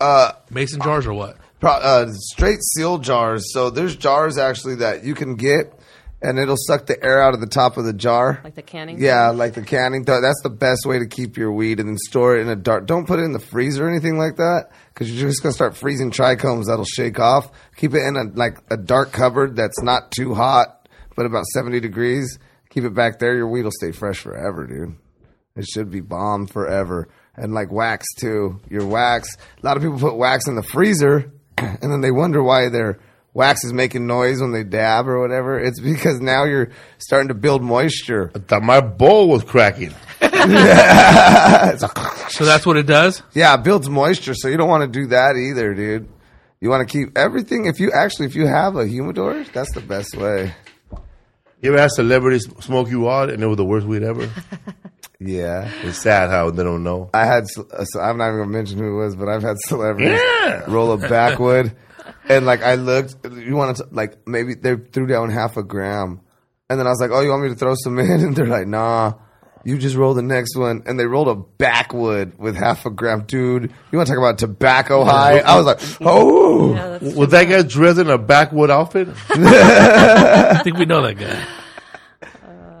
Uh, Mason jars or what? Pro, uh, straight seal jars. So there's jars actually that you can get, and it'll suck the air out of the top of the jar. Like the canning Yeah, like the canning. Th- That's the best way to keep your weed and then store it in a dark. Don't put it in the freezer or anything like that because you're just gonna start freezing trichomes that'll shake off. Keep it in a like a dark cupboard that's not too hot, but about seventy degrees. Keep it back there. Your weed will stay fresh forever, dude. It should be bomb forever. And like wax too. Your wax. A lot of people put wax in the freezer and then they wonder why their wax is making noise when they dab or whatever. It's because now you're starting to build moisture. I thought my bowl was cracking. So that's what it does? Yeah, it builds moisture, so you don't want to do that either, dude. You want to keep everything. If you actually, if you have a humidor, that's the best way. You ever had celebrities smoke you out and it was the worst weed ever? Yeah, It's sad how they don't know. I had. ce- uh, so I'm not even gonna mention who it was, but I've had celebrities roll a backwood, and like I looked. You want to like maybe they threw down half a gram, and then I was like, "Oh, you want me to throw some in?" And they're like, "Nah." You just roll the next one, and they rolled a backwood with half a gram, dude. You want to talk about tobacco high? I was like, "Oh, Yeah, that's- Was that guy dressed in a backwood outfit? I think we know that guy.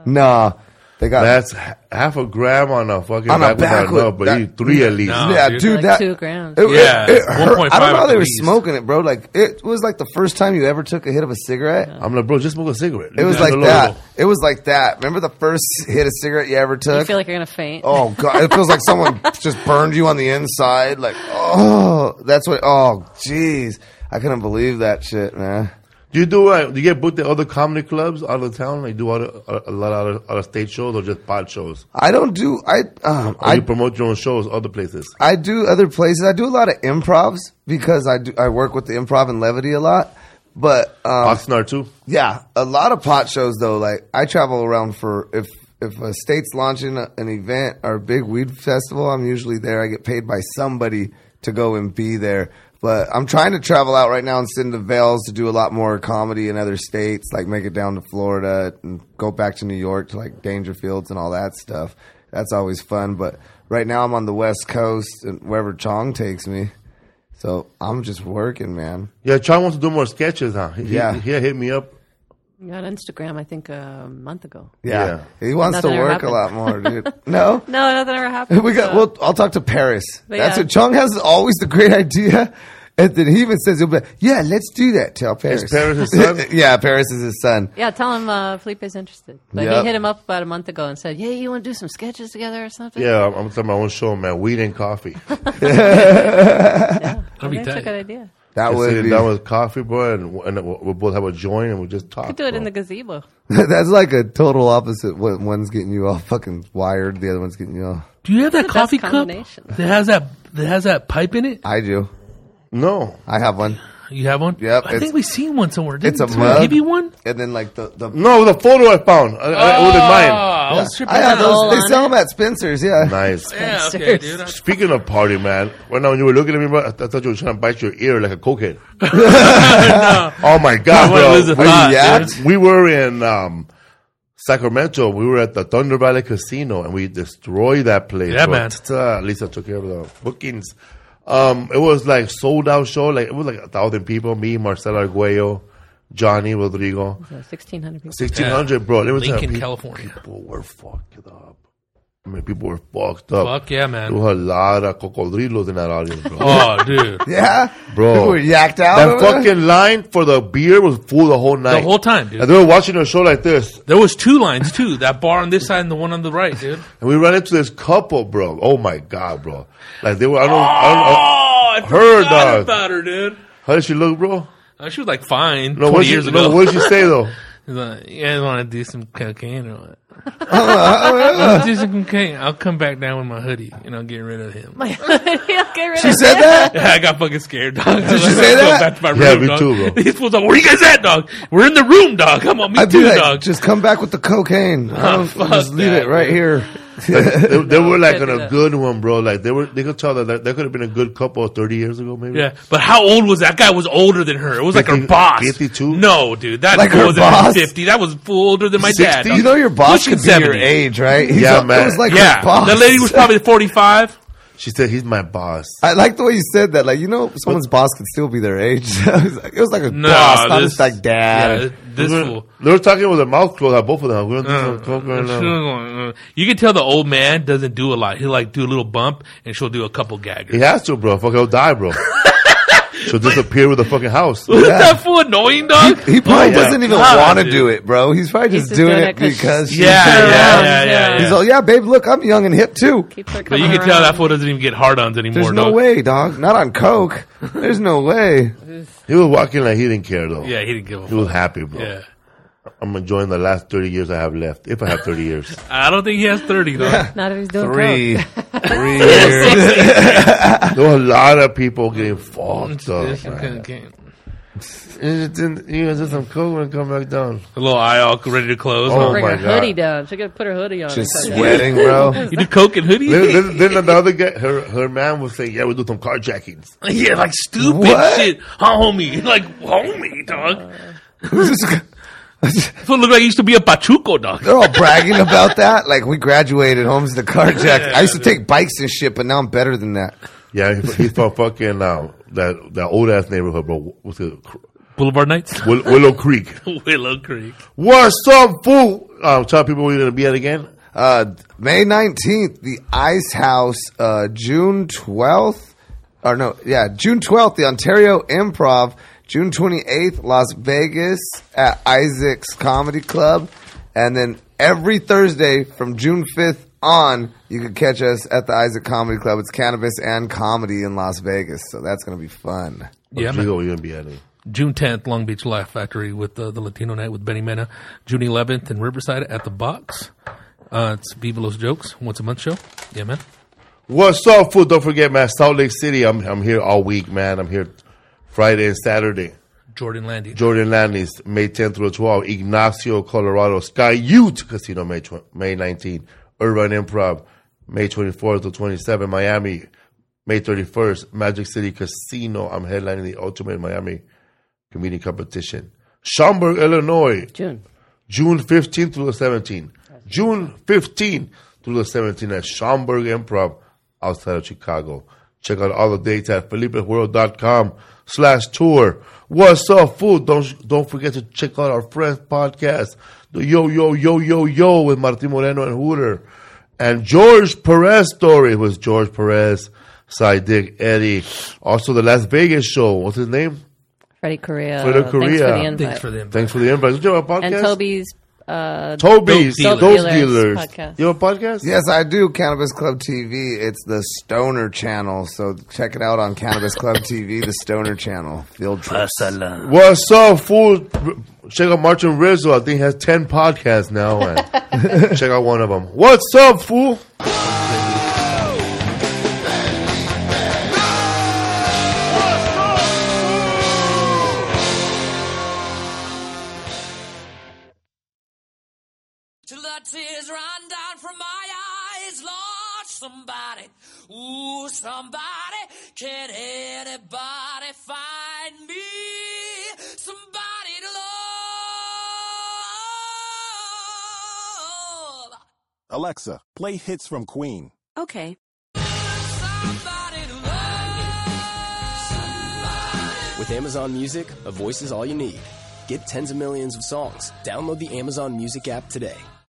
nah." They got That's h- half a gram on a fucking On a backwood. I don't know, backwood, but that- you three at least. No. yeah, dude. dude, Like that two grams. It, it- Yeah, it hurt. 1.5 I don't know how at they were least. smoking it, bro. Like it was like the first time you ever took a hit of a cigarette. I'm like, bro, just smoke a cigarette. It was Leave like alone. that. It was like that. Remember the first hit of cigarette you ever You took? feel like you're going to faint. oh god, it feels like someone just burned you on the inside. Like oh, that's what. Oh jeez, I couldn't believe that shit, man. Do you do uh, do you get booked at other comedy clubs out of town? Like do other, a, a lot of other, other state shows or just pod shows? I don't do. I um, Or I you promote your own shows other places? I do other places. I do a lot of improvs because I do. I work with the improv and levity a lot. But um, Oxnard too. Yeah, a lot of pot shows though. Like I travel around for if if a state's launching a, an event or a big weed festival, I'm usually there. I get paid by somebody to go and be there. But I'm trying to travel out right now and send the veils to do a lot more comedy in other states, like make it down to Florida and go back to New York to like Dangerfields and all that stuff. That's always fun. But right now I'm on the West Coast and wherever Chong takes me. So I'm just working, man. Yeah, Chong wants to do more sketches, huh? He, Yeah. he, he hit me up. You got Instagram, I think, a month ago. Yeah. He wants Nothing to ever work a lot more, dude. No? No, nothing ever happened. We got so- well I'll talk to Paris. But That's yeah. what Chung has always the great idea. And then he even says he'll be like, Yeah, let's do that. Tell Paris. Paris his son? yeah, Paris is his son. yeah, tell him uh, Felipe's interested. But Yep. he hit him up about a month ago and said, "Hey, you want to do some sketches together or something?" Yeah, I'm, I'm telling my own show, man. Weed and coffee. That'd be that's a tight. good idea. That I would sit be, down with coffee, bro, and, and we'll we'll both have a joint and we just talk. You could do it bro. in the gazebo. that's like a total opposite. One- One's getting you all fucking wired, the other one's getting you all Do you have that best coffee cup combination. that has that that has that pipe in it? I do. No. I have one. You have one? Yep, I it's- think we seen one somewhere. Didn't It's a we? mug. Maybe one. And then like the, the No, the photo I found. I, I ordered Oh. mine. I was tripping I have out. those on they sell them at Spencer's, yeah. Nice. Yeah, okay, dude. I- Speaking of party, man, right now when you were looking at me, bro, I, I thought you were trying to bite your ear like a cokehead. Oh my I god, wanna lose a bro! thought, react. dude. We, we were in um, Sacramento. We were at the Thunder Valley Casino, and we destroyed that place. Yeah, bro. man. Ta-ta. At least I took care of the bookings. Um, it was like sold out show. Like it was like a thousand people. Me, Marcelo Arguello, Johnny Rodrigo, So 1600 people. sixteen hundred, bro. It was Lincoln, like, California. People were fucked up. I mean, people were fucked up. Fuck yeah, man. There were a lot of cocodrilos in that audience, bro. Oh, dude. Yeah, Bro. People were yacked out. That over there? fucking line for the beer was full the whole night. The whole time, dude. And they were watching a show like this, There was two lines too. That bar on this side and the one on the right, dude. and we ran into this couple, bro. Oh my god, bro! Like they were, I don't, I Oh, I Her forgot dog. about her, dude. don't. How did she look, bro? Uh, She was like fine No, what twenty did years she, ago. no, what did she say though? He's like, you guys want to do some cocaine or what? Let's do some cocaine. I'll come back down with my hoodie and I'll get rid of him. Get rid She of said that. I got fucking scared, dog. Did you say that? Back to my Yeah, room, me dog. too, bro. These fools are, where you guys at, dog? We're in the room, dog. Come on, me I'd be too, like, dog. just come back with the cocaine. I'll fuck just leave that, it right here. They, they were like in can't do a that. good one, bro. Like they were, they could tell that that, that could have been a good couple thirty years ago, maybe. yeah, but how old was that guy? Was older than her. It was like her 50 boss. 52? No, dude, that Like her fool boss? wasn't fifty. That was full older than my dad. 60? dog. You know your boss Pushing could be your 70. age, right? He's Yeah, all- man. It was like Yeah, her boss. the lady was probably forty-five. She said, "He's my boss." I like the way you said that. Like you know, someone's boss could still be their age. it was like- it was like a No, boss, not this- just like dad. Yeah, this We were- fool. They were talking with their mouth closed. At both of them. We don't do Uh, some coke right now. she'll go, uh, you can tell the old man doesn't do a lot. He'll like do a little bump and she'll do a couple gaggers. He has to, bro. Fuck, he'll die, bro. She'll disappear with the fucking house. Wasn't that fool annoying, dog? He probably yeah. doesn't even God, want to dude. do it, bro. He's probably just, just doing, doing it it 'cause because she's- she's yeah, around. yeah, yeah, yeah, He's yeah. all, yeah, babe, look, I'm young and hip too. Keep her But coming you can tell around. that fool doesn't even get hard ons anymore, There's no dog. way, dog. Not on coke. There's no way. He was walking like he didn't care, though. Yeah, he didn't give a He fuck. was happy, bro. Yeah. I'm enjoying the last 30 years I have left, if I have 30 years. I don't think he has 30, though. Not if he's doing coke. Three, three years. there were a lot of people getting fucked up. man. You just didn't- you guys did some coke and come back down. A little eye all ready to close. Oh. huh? Bring my her God. hoodie down. She could put her hoodie on. Just It's like- sweating, bro. You do coke and hoodie? Then, then, then another guy, her, her man was saying, yeah, we do some carjackings. yeah, like stupid What? shit. Huh, homie? Like, homie, dog. They're Fool looked like he used to be a Pachuco, dog. all bragging about that. Like we graduated, homes the carjack. I used to take bikes and shit, but now I'm better than that. Yeah, he- he's from fucking uh, that, that old ass neighborhood, bro. What's it? Boulevard Nights? Will, Willow Creek. Willow Creek. What's up, fool? Um, tell people where you're going to be at again. Uh, May 19th, the Ice House. Uh, June 12th, or no, yeah, June 12th, the Ontario Improv. June 28th, Las Vegas at Isaac's Comedy Club. And then every Thursday from June 5th on, you can catch us at the Isaac Comedy Club. It's cannabis and comedy in Las Vegas. So that's going to be fun. Yeah, man. Where you going to be at again? June 10th, Long Beach Laugh Factory with uh, the Latino Night with Benny Mena. June 11th in Riverside at the Box. Uh, it's Viva Los Jokes, once a month show. Yeah, man. What's up, food? Don't forget, man. Salt Lake City. I'm I'm here all week, man. I'm here Friday and Saturday. Jordan Landy. Jordan Landis, May 10th through 12th. Ignacio, Colorado. Sky Ute Casino, May tw- May 19th. Urban Improv, May 24th to 27th. Miami, May 31st. Magic City Casino. I'm headlining the Ultimate Miami Comedy Competition. Schaumburg, Illinois. June. June 15th to the 17th. June 15th to the 17th at Schaumburg Improv outside of Chicago. Check out all the dates at felipeworld.com slash tour. What's up, food? Don't, don't forget to check out our friends podcast, the Yo, Yo, Yo, Yo, Yo with Martin Moreno and Hooter. And George Perez story with George Perez, Sidick, Eddie. Also the Las Vegas show. What's his name? Freddie Korea. Freddie Thanks Korea. for the invite. Thanks for the invite. Thanks for the invite. Don't you have a podcast? And Toby's. Uh, Toby's, Dope those Dealers. dealers. Dope Dealers podcast. You have a podcast? Yes, I do. Cannabis Club TV. It's the Stoner Channel. So check it out on Cannabis Club TV, the Stoner Channel. Field trips. What's up, fool? Check out Martin Rizzo. I think he has 10 podcasts now. And check out one of them. What's up, fool? Till the tears run down from my eyes, Lord, somebody, ooh, somebody, can anybody find me? Somebody to love, Alexa, play hits from Queen. Okay. somebody to love. With Amazon Music, a voice is all you need. Get tens of millions of songs. Download the Amazon Music app today.